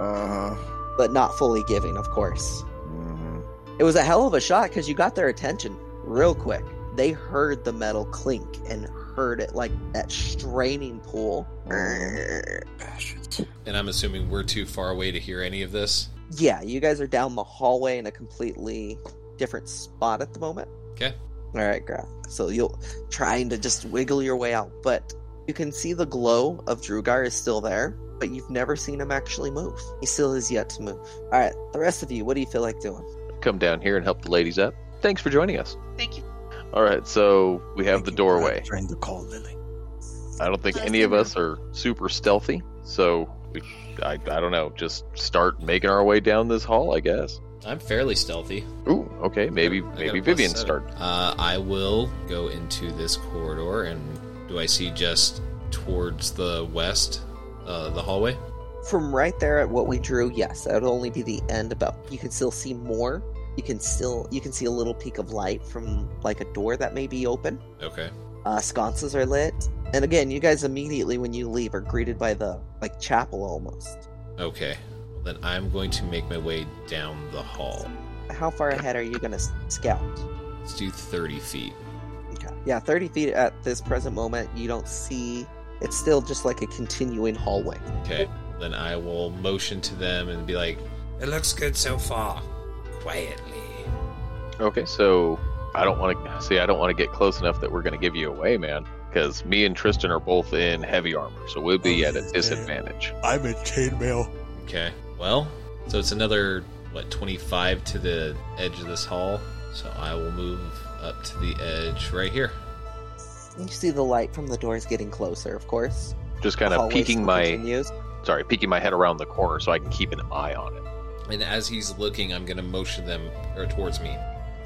Speaker 6: Uh,
Speaker 4: but not fully giving, of course.
Speaker 6: mhm.
Speaker 4: It was a hell of a shot because you got their attention real quick. They heard the metal clink and heard it like that straining pull.
Speaker 6: Bastards.
Speaker 1: And I'm assuming we're too far away to hear any of this.
Speaker 4: Yeah, you guys are down the hallway in a completely different spot at the moment.
Speaker 1: Okay.
Speaker 4: All right, Graf. So you'll trying to just wiggle your way out, but you can see the glow of Drugar is still there, but you've never seen him actually move. He still is yet to move. All right, the rest of you, what do you feel like doing?
Speaker 8: Come down here and help the ladies up. Thanks for joining us.
Speaker 5: Thank you.
Speaker 8: All right, so we have the
Speaker 7: Thank you for
Speaker 8: doorway.
Speaker 7: Trying to call Lily.
Speaker 8: I don't think
Speaker 10: Bless
Speaker 8: any of
Speaker 10: you.
Speaker 8: us are super stealthy, so we, I, I don't know. Just start making our way down this hall, I guess.
Speaker 1: I'm fairly stealthy.
Speaker 8: Ooh, okay, maybe
Speaker 1: I got
Speaker 8: maybe
Speaker 1: a plus
Speaker 8: Vivian
Speaker 1: seven.
Speaker 8: start.
Speaker 1: Uh, I will go into this corridor, and do I see just towards the west, uh, the hallway?
Speaker 4: From right there at what we drew, yes, that would only be the end about you can still see more. You can still you can see a little peak of light from like a door that may be open.
Speaker 1: Okay.
Speaker 4: Uh, sconces are lit. And again, you guys immediately when you leave are greeted by the like chapel almost.
Speaker 1: Okay. Well, then I'm going to make my way down the hall.
Speaker 4: How far ahead are you gonna s- scout?
Speaker 1: Let's do 30 feet.
Speaker 4: Okay. Yeah, 30 feet at this present moment, you don't see. It's still just like a continuing hallway.
Speaker 1: Okay. Then I will motion to them and be like, "It looks good so far. Quietly."
Speaker 8: Okay, so I don't want to see. I don't want to get close enough that we're going to give you away, man. Because me and Tristan are both in heavy armor, so we'll be at
Speaker 4: Oh,
Speaker 8: a disadvantage.
Speaker 7: I'm in chainmail.
Speaker 1: Okay. Well, so it's another what 25 to the edge of this hall. So I will move up to the edge right here.
Speaker 4: You see the light from the doors getting closer, of course.
Speaker 8: Just kind of
Speaker 4: Hallway
Speaker 8: peeking
Speaker 4: still
Speaker 8: my
Speaker 4: continues.
Speaker 8: sorry, peeking my head around the corner so I can keep an eye on it.
Speaker 1: And as he's looking, I'm going to motion them or towards me.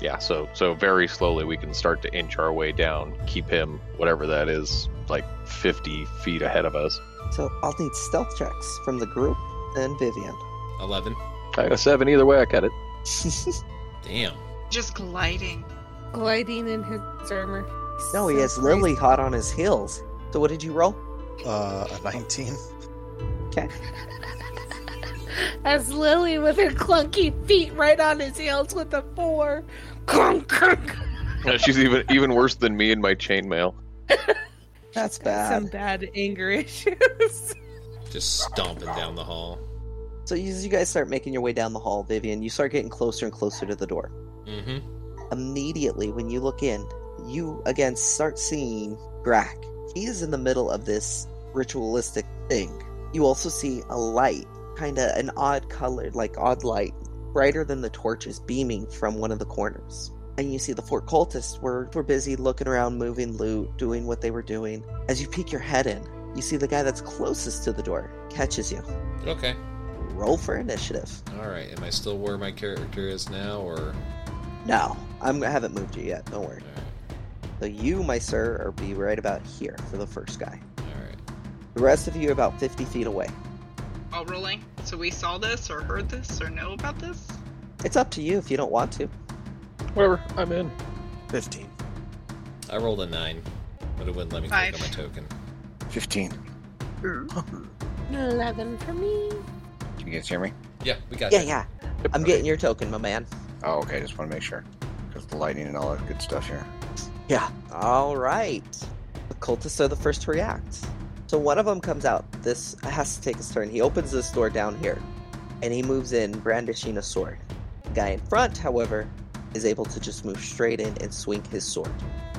Speaker 8: Yeah, so so very slowly we can start to inch our way down. Keep him whatever that is, like fifty feet ahead of us.
Speaker 4: So I'll need stealth checks from the group and Vivian. [laughs]
Speaker 1: 11.
Speaker 8: I got a seven either way. I cut it. [laughs]
Speaker 1: Damn.
Speaker 5: Just gliding.
Speaker 10: gliding in his armor.
Speaker 4: no, he
Speaker 10: So
Speaker 4: has
Speaker 10: crazy. [laughs]
Speaker 4: Lily hot on his heels. So what did you roll?
Speaker 7: Uh, a 19.
Speaker 10: As Lily with her clunky feet right on his heels with a four. Clunk, clunk.
Speaker 8: Uh, She's even even worse than me in my chainmail.
Speaker 4: That's
Speaker 10: Some
Speaker 4: bad.
Speaker 10: bad anger issues. [laughs]
Speaker 1: Just stomping down the hall.
Speaker 4: So as you guys start making your way down the hall, Vivian, you start getting closer and closer to the door.
Speaker 1: Mm-hmm.
Speaker 4: immediately when you look in, you again start seeing Grak. He is in the middle of this ritualistic thing. You also see a light, kind of an odd colored, like odd light, brighter than the torches beaming from one of the corners. And you see the four cultists were, were busy looking around, moving loot, doing what they were doing. As you peek your head in, you see the guy that's closest to the door catches you.
Speaker 1: Okay.
Speaker 4: Roll for initiative.
Speaker 1: All right. Am I still where my character is now, or?
Speaker 4: No, I'm, I haven't moved you yet. Don't worry.
Speaker 1: All right.
Speaker 4: So you, my sir, are be right about here for the first guy.
Speaker 1: All right.
Speaker 4: The rest of you are about 50 feet away.
Speaker 5: All rolling. So we saw this or heard this or know about this?
Speaker 4: It's up to you if you don't want to.
Speaker 8: Whatever, I'm in.
Speaker 7: 15.
Speaker 1: I rolled a nine, but it wouldn't let me click
Speaker 5: Five.
Speaker 1: on my token.
Speaker 6: 15.
Speaker 10: 11 for me.
Speaker 6: Can you guys hear me?
Speaker 1: Yeah, we got
Speaker 4: Yeah,
Speaker 1: you.
Speaker 4: yeah. I'm getting your token, my man.
Speaker 6: Oh, okay. Just want to make sure. Because the lighting and all that good stuff here.
Speaker 4: Yeah. All right. The cultists are the first to react. So one of them comes out. This has to take his turn. He opens this door down here, and he moves in, brandishing a sword. The guy in front, however, is able to just move straight in and swing his sword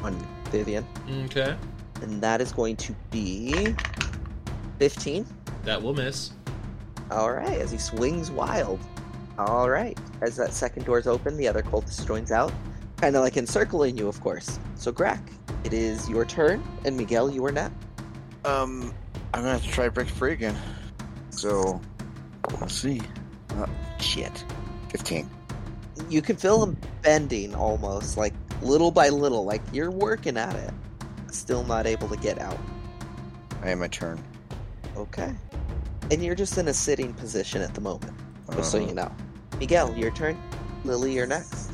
Speaker 4: on Vivian.
Speaker 1: Okay.
Speaker 4: And that is going to be 15.
Speaker 1: That will miss.
Speaker 4: All right, as he swings wild. All right, as that second door's open, the other cultist joins out, kind of like encircling you, of course. So, Grak, it is your turn, and Miguel, you are not.
Speaker 6: Um, I'm gonna have to try break free again. So, we'll see. Uh, shit. 15.
Speaker 4: You can feel him bending almost, like little by little, like you're working at it. Still not able to get out.
Speaker 6: I am my turn.
Speaker 4: Okay. And you're just in a sitting position at the moment, just so
Speaker 6: Uh,
Speaker 4: you know. Miguel, your turn. Lily, you're next.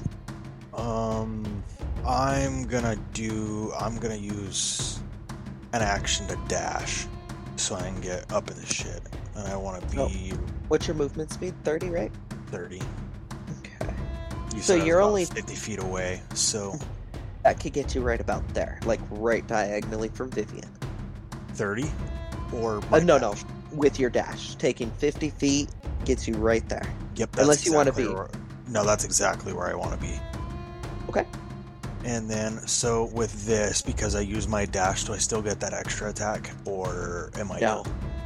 Speaker 7: Um, I'm gonna do. I'm gonna use an action to dash, so I can get up in the shit, and I want to
Speaker 4: Oh.
Speaker 7: be
Speaker 4: What's your movement speed? 30, right?
Speaker 7: thirty.
Speaker 4: Okay.
Speaker 7: You
Speaker 4: So
Speaker 7: said I was
Speaker 4: you're
Speaker 7: about
Speaker 4: only-
Speaker 7: fifty feet away. So
Speaker 4: That could get you right about there, like right diagonally from Vivian.
Speaker 7: thirty, or
Speaker 4: Uh,
Speaker 7: my
Speaker 4: no, no,
Speaker 7: dash.
Speaker 4: with your dash, taking 50 feet gets you right there.
Speaker 7: Yep.
Speaker 4: Unless you wanna
Speaker 7: exactly
Speaker 4: be-
Speaker 7: where- no, that's exactly where I want to be.
Speaker 4: Okay.
Speaker 7: And then, so with this, because I use my dash, do I still get that extra attack, or am I
Speaker 4: No.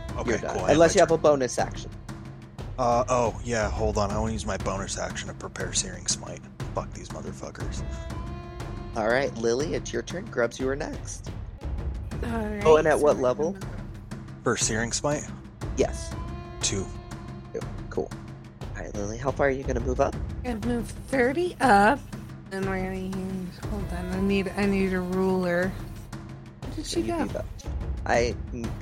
Speaker 7: ill? Okay,
Speaker 4: You're done.
Speaker 7: cool. I my
Speaker 4: Unless you
Speaker 7: turn.
Speaker 4: have a bonus action.
Speaker 7: Uh, oh, yeah, hold on. I want to use my bonus action to prepare Searing Smite. Fuck these motherfuckers.
Speaker 4: All right, Lily, it's your turn. Grubs, you are next.
Speaker 10: Alright,
Speaker 4: Oh, and at
Speaker 10: so
Speaker 4: what
Speaker 10: I'm
Speaker 4: level?
Speaker 10: gonna-
Speaker 7: For Searing Smite?
Speaker 4: Yes.
Speaker 7: Two.
Speaker 4: Cool. All right, Lily, how far are you going to move up?
Speaker 10: I'm gonna move 30 up. And we're gonna use. Hold on, I need I need a ruler. Where did she
Speaker 4: You'd
Speaker 10: go?
Speaker 4: be about- I,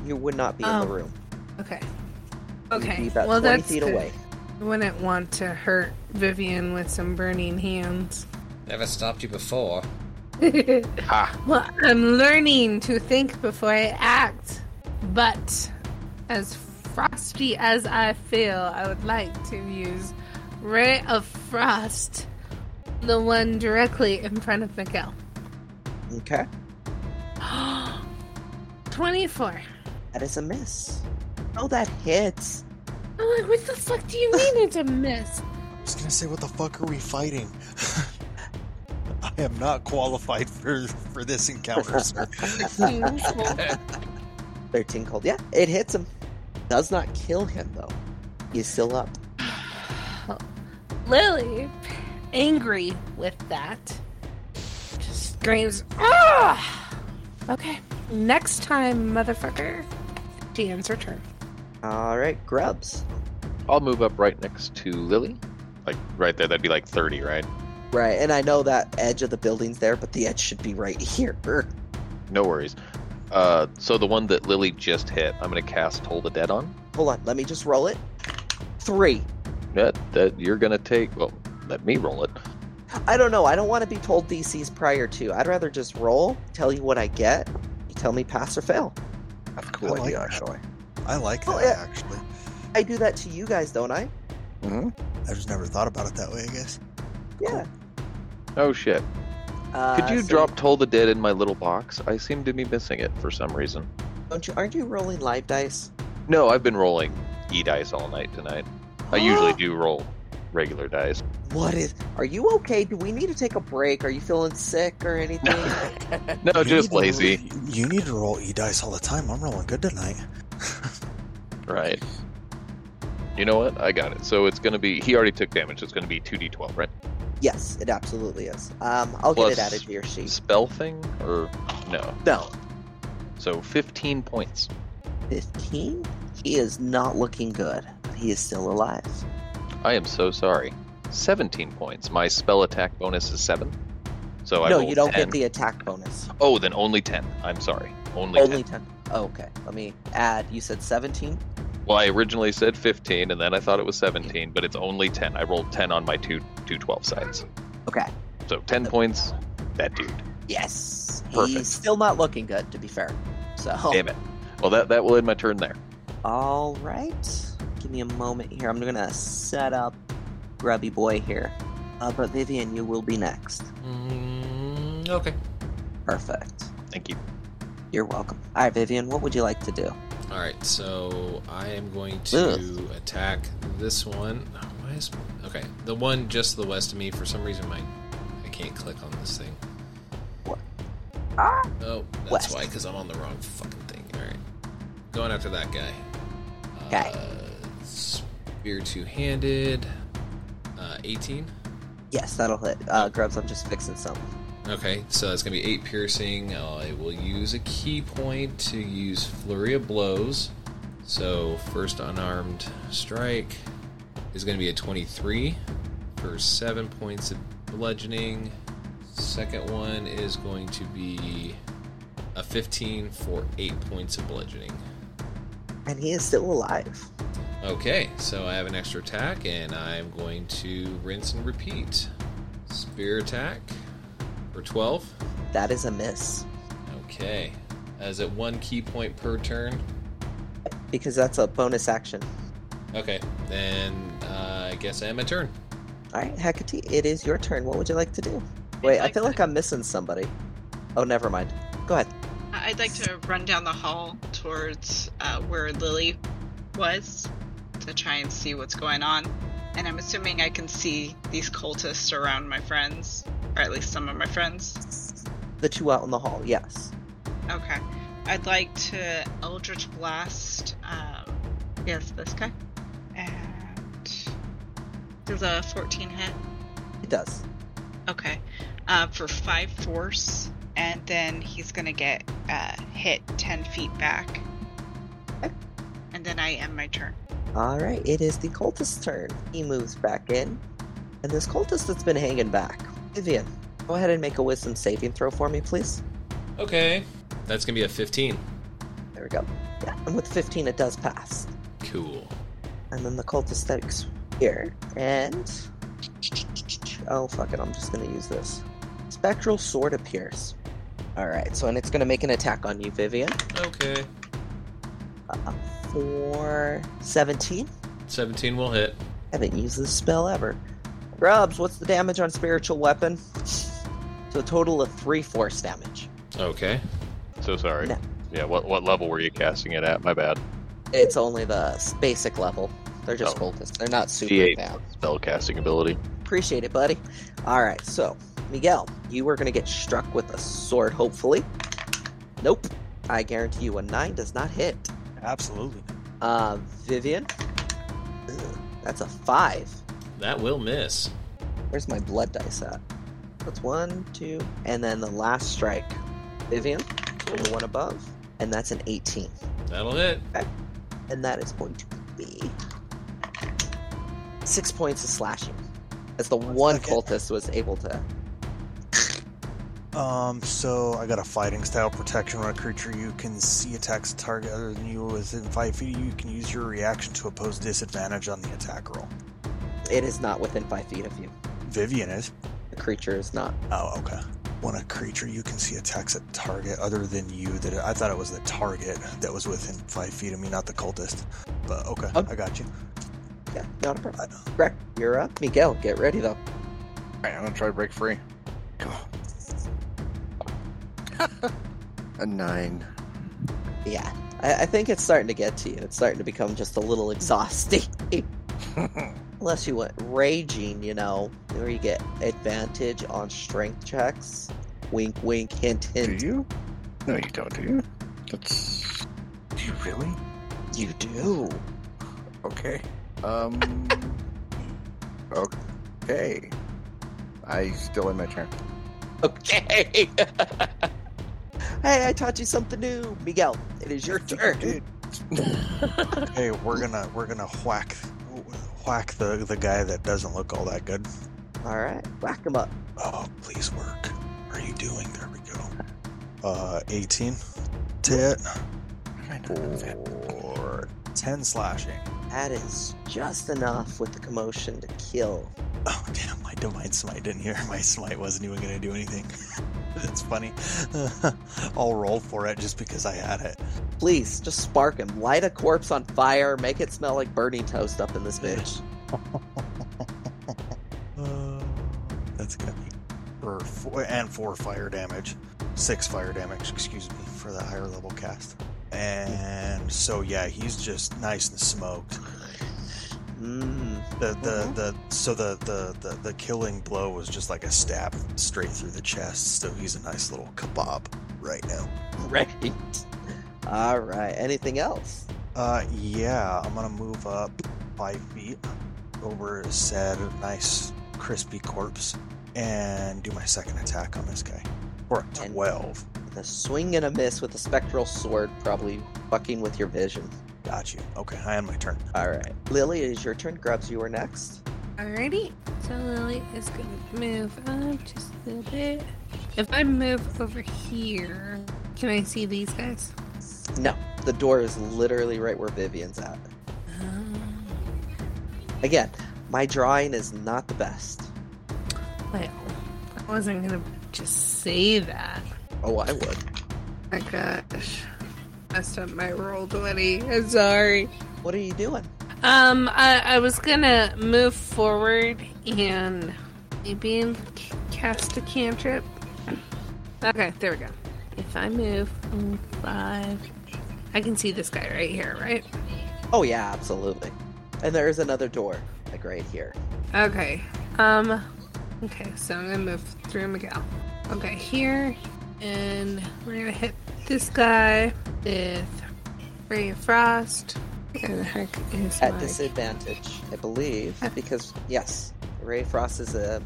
Speaker 4: you would not be in
Speaker 10: Oh,
Speaker 4: the room.
Speaker 10: Okay.
Speaker 4: You'd
Speaker 10: Okay.
Speaker 4: be about
Speaker 10: well,
Speaker 4: 20
Speaker 10: that's
Speaker 4: feet
Speaker 10: good.
Speaker 4: away.
Speaker 10: Wouldn't want to hurt Vivian with some burning hands.
Speaker 11: Never stopped you before.
Speaker 10: Well, I'm learning to think before I act, but as frosty as I feel, I would like to use Ray of Frost, the one directly in front of Miguel.
Speaker 4: Okay.
Speaker 10: [gasps] 24.
Speaker 4: That is a miss. Oh, that hits.
Speaker 10: I'm like, what the fuck do you mean it's a miss?
Speaker 7: I was gonna say, what the fuck are we fighting? [laughs] I am not qualified for for
Speaker 4: [laughs]
Speaker 7: this encounter, sir.
Speaker 10: Painful.
Speaker 4: 13 cold. Yeah, it hits him. Does not kill him, though. He's still up.
Speaker 10: Lily, angry with that, just screams, ah! Okay, next time, motherfucker. She ends her turn.
Speaker 4: All right, Grubs.
Speaker 8: I'll move up right next to Lily. Like right there, that'd be like 30, right?
Speaker 4: Right, and I know that edge of the building's there, but the edge should be right here.
Speaker 8: No worries. Uh, so the one that Lily just hit, I'm gonna cast Toll the Dead on.
Speaker 4: Hold on, let me just roll it. Three.
Speaker 8: That that you're gonna take. Well, let me roll it.
Speaker 4: I don't know. I don't want to be told DCs prior to. I'd rather just roll, tell you what I get. You tell me pass or fail.
Speaker 6: That's a cool
Speaker 7: I like
Speaker 6: idea,
Speaker 7: that.
Speaker 6: actually.
Speaker 7: I like that
Speaker 4: Oh, yeah.
Speaker 7: actually.
Speaker 4: I do that to you guys, don't I?
Speaker 6: Mm-hmm.
Speaker 7: I just never thought about it that way. I guess.
Speaker 4: Yeah.
Speaker 8: Oh shit!
Speaker 4: Uh,
Speaker 8: Could you
Speaker 4: so
Speaker 8: drop Toll the Dead in my little box? I seem to be missing it for some reason.
Speaker 4: Don't you? Aren't you rolling live dice?
Speaker 8: No, I've been rolling e dice all night tonight. I usually do roll regular dice.
Speaker 4: What is? Are you okay? Do we need to take a break? Are you feeling sick or anything? [laughs]
Speaker 8: No,
Speaker 7: You
Speaker 8: just
Speaker 7: need to- E,
Speaker 8: lazy.
Speaker 7: You need to roll e dice all the time. I'm rolling good tonight.
Speaker 8: Right. You know what? I got it. So it's gonna be. He already took damage. So it's gonna be two d twelve, right?
Speaker 4: yes, it absolutely is. Um, I'll get it
Speaker 8: Plus-
Speaker 4: added to your sheet.
Speaker 8: Spell thing or no?
Speaker 4: No,
Speaker 8: So fifteen points.
Speaker 4: 15. He is not looking good, but he is still alive.
Speaker 8: I am so sorry. 17 points. My spell attack bonus is 7. So I
Speaker 4: no,
Speaker 8: rolled
Speaker 4: you don't
Speaker 8: 10.
Speaker 4: get the attack bonus.
Speaker 8: Oh, then only 10. I'm sorry. Only,
Speaker 4: Only 10. Oh, okay, let me add. You said 17.
Speaker 8: 10. Well, I originally said 15 and then I thought it was 17, but it's only 10. I rolled 10 on my two two 12 sides.
Speaker 4: Okay.
Speaker 8: So 10 points. That dude.
Speaker 4: Yes.
Speaker 8: Perfect.
Speaker 4: He's still not looking good, to be fair. So,
Speaker 8: Damn it. Well, that that will end my turn there.
Speaker 4: all right. Give me a moment here. I'm going to set up Grubby Boy here. Uh, but Vivian, you will be next.
Speaker 11: Mm, okay.
Speaker 4: Perfect.
Speaker 8: Thank you.
Speaker 4: You're welcome. All right, Vivian, what would you like to do?
Speaker 1: All right, so I am going to attack this one. Oh, Why is okay? The one just to the west of me. For some reason, my I can't click on this thing.
Speaker 4: What?
Speaker 1: Ah. Oh, that's
Speaker 4: West.
Speaker 1: why, because I'm on the wrong fucking thing. All right, going after that guy.
Speaker 4: Okay.
Speaker 1: Uh, spear two-handed. Uh, 18.
Speaker 4: Yes, that'll hit. Uh, Grubs, I'm just fixing something.
Speaker 1: Okay, so it's gonna be eight piercing. I will use a key point to use flurry of blows. So first unarmed strike is gonna be a twenty-three for seven points of bludgeoning. Second one is going to be a fifteen for eight points of bludgeoning.
Speaker 4: And he is still alive.
Speaker 1: Okay, so I have an extra attack, and I'm going to rinse and repeat. Spear attack for twelve.
Speaker 4: That is a miss.
Speaker 1: Okay. Is it one key point per turn?
Speaker 4: Because that's a bonus action.
Speaker 1: Okay, then uh, I guess I am my turn.
Speaker 4: All right, Hecate, it is your turn. What would you like to do? Wait, I
Speaker 5: like
Speaker 4: feel
Speaker 5: to-
Speaker 4: like I'm missing somebody. Oh, never mind. Go ahead.
Speaker 5: I'd like to run down the hall towards uh, where Lily was to try and see what's going on. And I'm assuming I can see these cultists around my friends. or at least some of my friends.
Speaker 4: The two out in the hall, yes.
Speaker 5: Okay. I'd like to Eldritch Blast. Um, yes, this guy. And does a 14 hit?
Speaker 4: It does.
Speaker 5: Okay. Uh, for five force, and then he's gonna get uh, hit 10 feet back.
Speaker 4: Okay.
Speaker 5: And then I end my turn.
Speaker 4: All right, it is the cultist's turn. He moves back in, and this cultist that's been hanging back, Vivian, go ahead and make a wisdom saving throw for me, please.
Speaker 1: Okay. That's going to be a 15.
Speaker 4: There we go. Yeah, and with 15, it does pass.
Speaker 1: Cool.
Speaker 4: And then the cultist that's here, and oh fuck it, I'm just gonna use this spectral sword appears. All right, so and it's gonna make an attack on you, Vivian.
Speaker 1: Okay.
Speaker 4: Uh, for 17.
Speaker 1: 17 will hit.
Speaker 4: Haven't used this spell ever. Grubs, what's the damage on spiritual weapon? So a total of three force damage.
Speaker 1: Okay.
Speaker 8: So sorry.
Speaker 4: No.
Speaker 8: Yeah, what what level were you casting it at? My bad.
Speaker 4: It's only the s- basic level. They're just
Speaker 8: Oh.
Speaker 4: cultists. They're not super
Speaker 8: D8.
Speaker 4: advanced.
Speaker 8: Spell casting ability.
Speaker 4: Appreciate it, buddy. All right, so Miguel, you were gonna get struck with a sword, hopefully. Nope. I guarantee you, a nine does not hit.
Speaker 7: Absolutely.
Speaker 4: Uh, Vivian, Ugh, that's a five.
Speaker 1: That will miss.
Speaker 4: Where's my blood dice at? That's one, two, and then the last strike. Vivian, the one above, and that's an 18.
Speaker 1: That'll hit.
Speaker 4: And that is going to be six points of slashing. As the
Speaker 7: One
Speaker 4: one
Speaker 7: second.
Speaker 4: cultist was able to.
Speaker 7: Um, so I got a fighting style protection on a creature you can see attacks a target other than you within five feet. of You You can use your reaction to oppose disadvantage on the attack roll.
Speaker 4: It is not within five feet of you.
Speaker 7: Vivian is.
Speaker 4: The creature is not.
Speaker 7: Oh, okay. When a creature you can see attacks a target other than you, that I thought it was the target that was within five feet of me, not the cultist. But okay,
Speaker 4: Okay.
Speaker 7: I got you.
Speaker 4: Yeah, not a problem.
Speaker 7: I know.
Speaker 4: Greg, you're up. Miguel, get ready though.
Speaker 6: Alright, I'm gonna try to break free. Come on. [laughs] A nine.
Speaker 4: Yeah, I, I think it's starting to get to you. It's starting to become just a little exhausting. [laughs] Unless you went raging, you know, where you get advantage on strength checks. Wink, wink, hint,
Speaker 6: do
Speaker 4: hint.
Speaker 6: you? No, you don't, do you? That's. Do you really?
Speaker 4: You do.
Speaker 6: Okay. Um. [laughs] okay. I still in my turn.
Speaker 4: Okay. [laughs] hey, I taught you something new. Miguel, it is your turn.
Speaker 6: Dude.
Speaker 7: Hey, we're gonna we're gonna whack whack the the guy that doesn't look all that good.
Speaker 4: All right, whack him up.
Speaker 7: Oh, please work. What are you doing? There we go. Uh, 18 to hit or 10 slashing. [laughs]
Speaker 4: That is just enough with the commotion to kill.
Speaker 7: Oh, damn, my divine smite didn't hear. My smite wasn't even going to do anything. [laughs] That's funny. [laughs] I'll roll for it just because I had it.
Speaker 4: Please, just spark him. Light a corpse on fire. Make it smell like burning toast up in this bitch.
Speaker 7: Uh, that's going to be for four and four fire damage, six fire damage, excuse me, for the higher level cast. And so, yeah, he's just nice and smoked.
Speaker 4: Mmm.
Speaker 7: The the, the so the, the the the killing blow was just like a stab straight through the chest. So he's a nice little kebab right now.
Speaker 4: [laughs] Right. All right. Anything else?
Speaker 7: Uh, yeah, I'm gonna move up five feet over said nice crispy corpse and do my second attack on this guy for a
Speaker 4: And-
Speaker 7: twelve.
Speaker 4: A swing and a miss with a spectral sword, probably fucking with your vision.
Speaker 7: Got you. Okay, I end my turn.
Speaker 4: All right. Lily, it is your turn. Grubs, you are next.
Speaker 10: Alrighty. So Lily is going to move up just a little bit. If I move over here, can I see these guys?
Speaker 4: No, the door is literally right where Vivian's at.
Speaker 10: Uh,
Speaker 4: Again, my drawing is not the best.
Speaker 10: well, I wasn't going to just say that.
Speaker 4: Oh, I would.
Speaker 10: my gosh. Messed up my roll 20. I'm sorry.
Speaker 4: What are you doing?
Speaker 10: Um, I, I was gonna move forward and maybe c- cast a cantrip. Okay, there we go. If I move mm, five, I can see this guy right here, right?
Speaker 4: Oh, yeah, absolutely. And there is another door, like right here.
Speaker 10: Okay. Um, Okay, so I'm gonna move through Miguel. Okay, here, and we're gonna hit this guy with Ray of Frost. Where the heck is
Speaker 4: At
Speaker 10: my-
Speaker 4: disadvantage, I believe, because yes, Ray Frost is a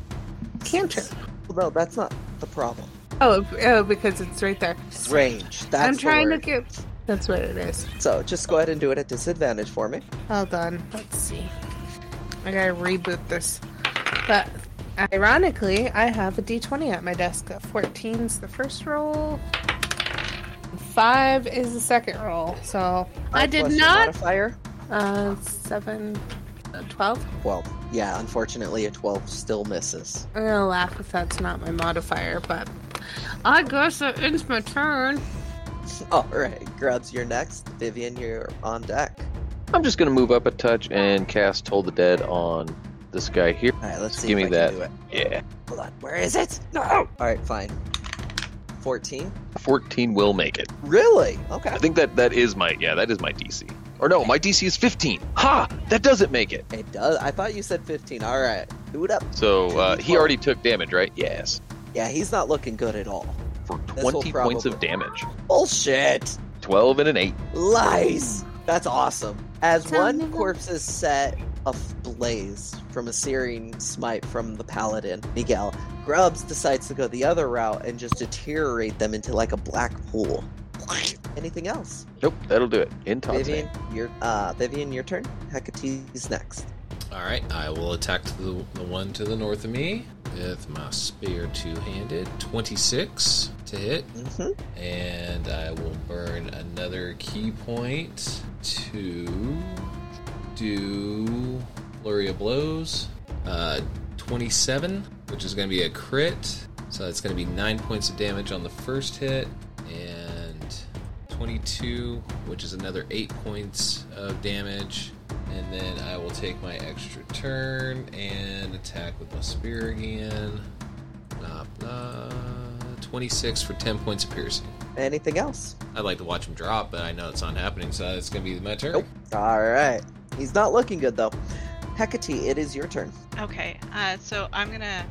Speaker 10: Cantrip.
Speaker 4: Well, no, that's not the problem.
Speaker 10: Oh, oh, because it's right there.
Speaker 4: Range. That's
Speaker 10: I'm
Speaker 4: the
Speaker 10: trying to
Speaker 4: word.
Speaker 10: get. That's what it is.
Speaker 4: So just go ahead and do it at disadvantage for me.
Speaker 10: Hold on. Let's see. I gotta reboot this. But ironically, I have a d20 at my desk. 14's the first roll. Five is the second roll. So I
Speaker 4: Five
Speaker 10: did
Speaker 4: plus your
Speaker 10: not.
Speaker 4: Modifier.
Speaker 10: Uh, seven, uh, twelve.
Speaker 4: Well, yeah. Unfortunately, a twelve still misses. [laughs]
Speaker 10: I'm gonna laugh if that's not my modifier, but I guess it ends my turn.
Speaker 4: All right, grabs your next. Vivian, you're on deck.
Speaker 8: I'm just gonna move up a touch and cast Toll the Dead on this guy here.
Speaker 4: All right, let's see
Speaker 8: Give
Speaker 4: if
Speaker 8: me
Speaker 4: I
Speaker 8: that.
Speaker 4: can do it.
Speaker 8: Yeah,
Speaker 4: Hold on. Where is it? No. All right, fine. Fourteen.
Speaker 8: 14 will make it.
Speaker 4: Really? Okay.
Speaker 8: I think that that is my yeah that is my DC. Or no, my DC is 15. Ha! That doesn't make it.
Speaker 4: It does. I thought you said fifteen. All right. Do it up.
Speaker 8: So uh, he already took damage, right? Yes,
Speaker 4: Yeah, he's not looking good at all.
Speaker 8: for
Speaker 4: will
Speaker 8: 20 points of
Speaker 4: probably-
Speaker 8: damage.
Speaker 4: Bullshit.
Speaker 8: 12 and an 8.
Speaker 4: Lies! That's awesome. As
Speaker 10: Tell me
Speaker 4: one
Speaker 10: that-
Speaker 4: corpse is set ablaze from a searing smite from the paladin, Miguel, Grubs decides to go the other route and just deteriorate them into like a black pool. Anything else?
Speaker 8: Nope, that'll do it. Intoxicate.
Speaker 4: Vivian, your uh, Vivian, your turn. Hecate's next.
Speaker 1: All right, I will attack the, the one to the north of me with my spear two-handed. 26 to hit,
Speaker 4: hmm
Speaker 1: and I will burn another key point to do flurry of blows. Uh, 27, which is going to be a crit, so that's going to be nine points of damage on the first hit, and 22, which is another eight points of damage. And then I will take my extra turn and attack with my spear again. Blah, blah. 26 for 10 points of piercing.
Speaker 4: Anything else?
Speaker 1: I'd like to watch him drop, but I know it's not happening, so it's going to be my turn.
Speaker 4: Nope. All right. He's not looking good though. Hecate, it is your turn.
Speaker 5: Okay, uh, so I'm gonna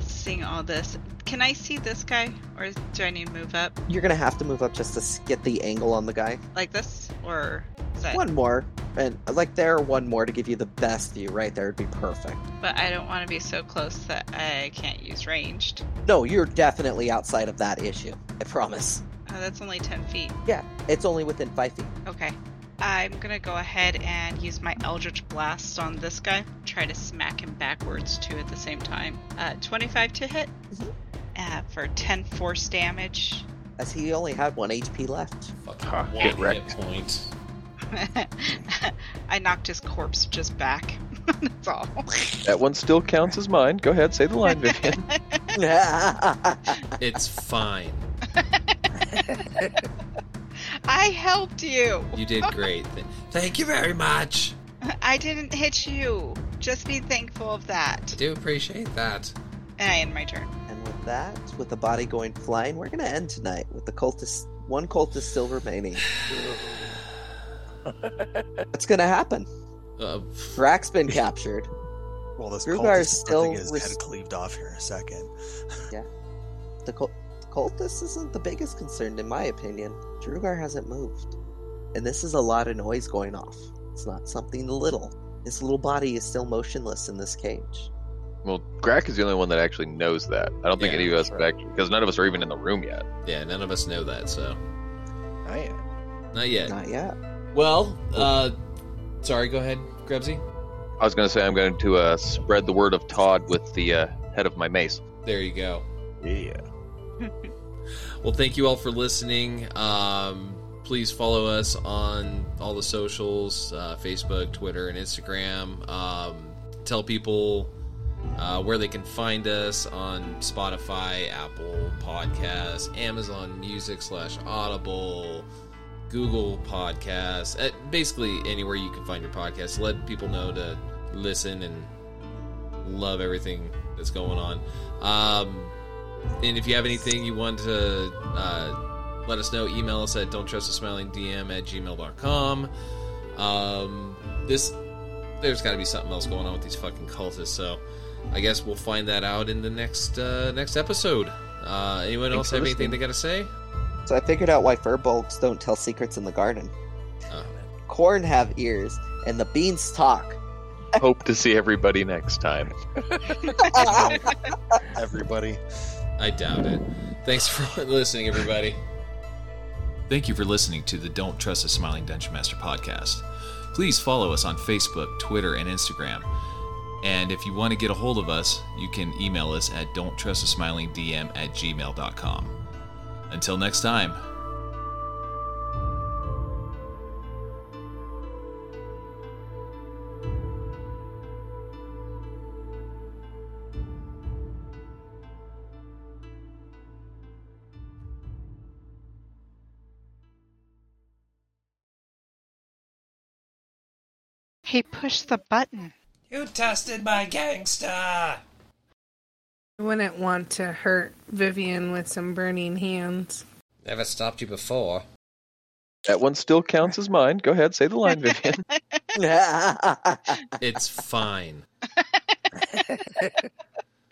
Speaker 5: sing all this. Can I see this guy, or do I need to move up
Speaker 4: You're gonna have to move up just to s- get the angle on the guy.
Speaker 5: like this, or is that?
Speaker 4: One more, and like there, one more to give you the best view. Right there would be perfect.
Speaker 5: But I don't want to be so close that I can't use ranged.
Speaker 4: No, you're definitely outside of that issue. I promise.
Speaker 5: Uh, that's only ten feet.
Speaker 4: Yeah, it's only within five feet.
Speaker 5: Okay, I'm gonna go ahead and use my Eldritch Blast on this guy. Try to smack him backwards too at the same time. Uh, 25 to hit
Speaker 4: Mhm.
Speaker 5: uh, for 10 force damage. [laughs]
Speaker 4: As he only had one HP left. [laughs]
Speaker 1: Fucking
Speaker 8: Ha,
Speaker 1: one
Speaker 8: get wrecked.
Speaker 1: hit point.
Speaker 5: I knocked his corpse just back. [laughs] That's all.
Speaker 8: That one still counts as mine. Go ahead, say
Speaker 4: [laughs]
Speaker 8: the line, Vivian.
Speaker 1: It's fine.
Speaker 5: I helped you.
Speaker 1: You did great.
Speaker 4: [laughs]
Speaker 1: Th- Thank you very much.
Speaker 5: I didn't hit you. Just be thankful of
Speaker 1: I
Speaker 5: that.
Speaker 1: do appreciate that.
Speaker 5: And I end my turn.
Speaker 4: and with that, with the body going flying, we're gonna end tonight with the cultist. One cultist still remaining. What's gonna happen?
Speaker 1: Uh,
Speaker 4: Brack's been captured.
Speaker 7: Well, this
Speaker 4: Rugar is
Speaker 7: cultist is
Speaker 4: still
Speaker 7: still his
Speaker 4: res-
Speaker 7: head cleaved off here in a second.
Speaker 4: The, cul- the cultist isn't the biggest concern, in my opinion. Drugar hasn't moved. And this is a lot of noise going off. It's not something little. His little body is still motionless in this cage.
Speaker 8: well, Grack is the only one that actually knows that. I don't think
Speaker 1: Yeah,
Speaker 8: any of us
Speaker 1: sure.
Speaker 8: have actually, because none of us are even in the room yet.
Speaker 1: yeah, none of us know that, so not yet.
Speaker 4: Not yet.
Speaker 1: Well, uh, sorry. Go ahead, Grebsy.
Speaker 8: I was going to say I'm going to uh, spread the word of Todd with the uh, head of my
Speaker 4: [laughs]
Speaker 8: mace.
Speaker 1: There you go.
Speaker 6: Yeah.
Speaker 1: Well, thank you all for listening. Um, please follow us on all the socials uh, Facebook, Twitter, and Instagram. Um, tell people uh, where they can find us on Spotify, Apple Podcasts, Amazon Music slash Audible, Google Podcasts, uh, basically anywhere you can find your podcast. Let people know to listen and love everything that's going on. Um, and if you have anything you want to uh, let us know, email us at don't trust a smiling DM at gmail.com. Um, this, there's got to be something else going on with these fucking cultists, so I guess we'll find that out in the next uh, next episode. Uh, anyone
Speaker 4: Thanks
Speaker 1: else
Speaker 4: for
Speaker 1: have anything
Speaker 4: listening.
Speaker 1: they got to say?
Speaker 4: So I figured out why fur bulbs don't tell secrets in the garden.
Speaker 1: Oh,
Speaker 4: Corn have ears, and the beans talk. [laughs]
Speaker 8: Hope to see everybody next time.
Speaker 7: Everybody.
Speaker 1: I doubt it. Thanks for [laughs] listening, everybody. Thank you for listening to the Don't Trust a Smiling Dungeon Master podcast. Please follow us on Facebook, Twitter, and Instagram. And if you want to get a hold of us, you can email us at don'ttrustasmilingdm at gmail.com. Until next time,
Speaker 5: Hey, push the button.
Speaker 11: You tested my gangster!
Speaker 10: I wouldn't want to hurt Vivian with some burning hands.
Speaker 11: Never stopped you before.
Speaker 8: That one still counts as mine. Go ahead, say the line, Vivian.
Speaker 4: That's
Speaker 1: it's fine.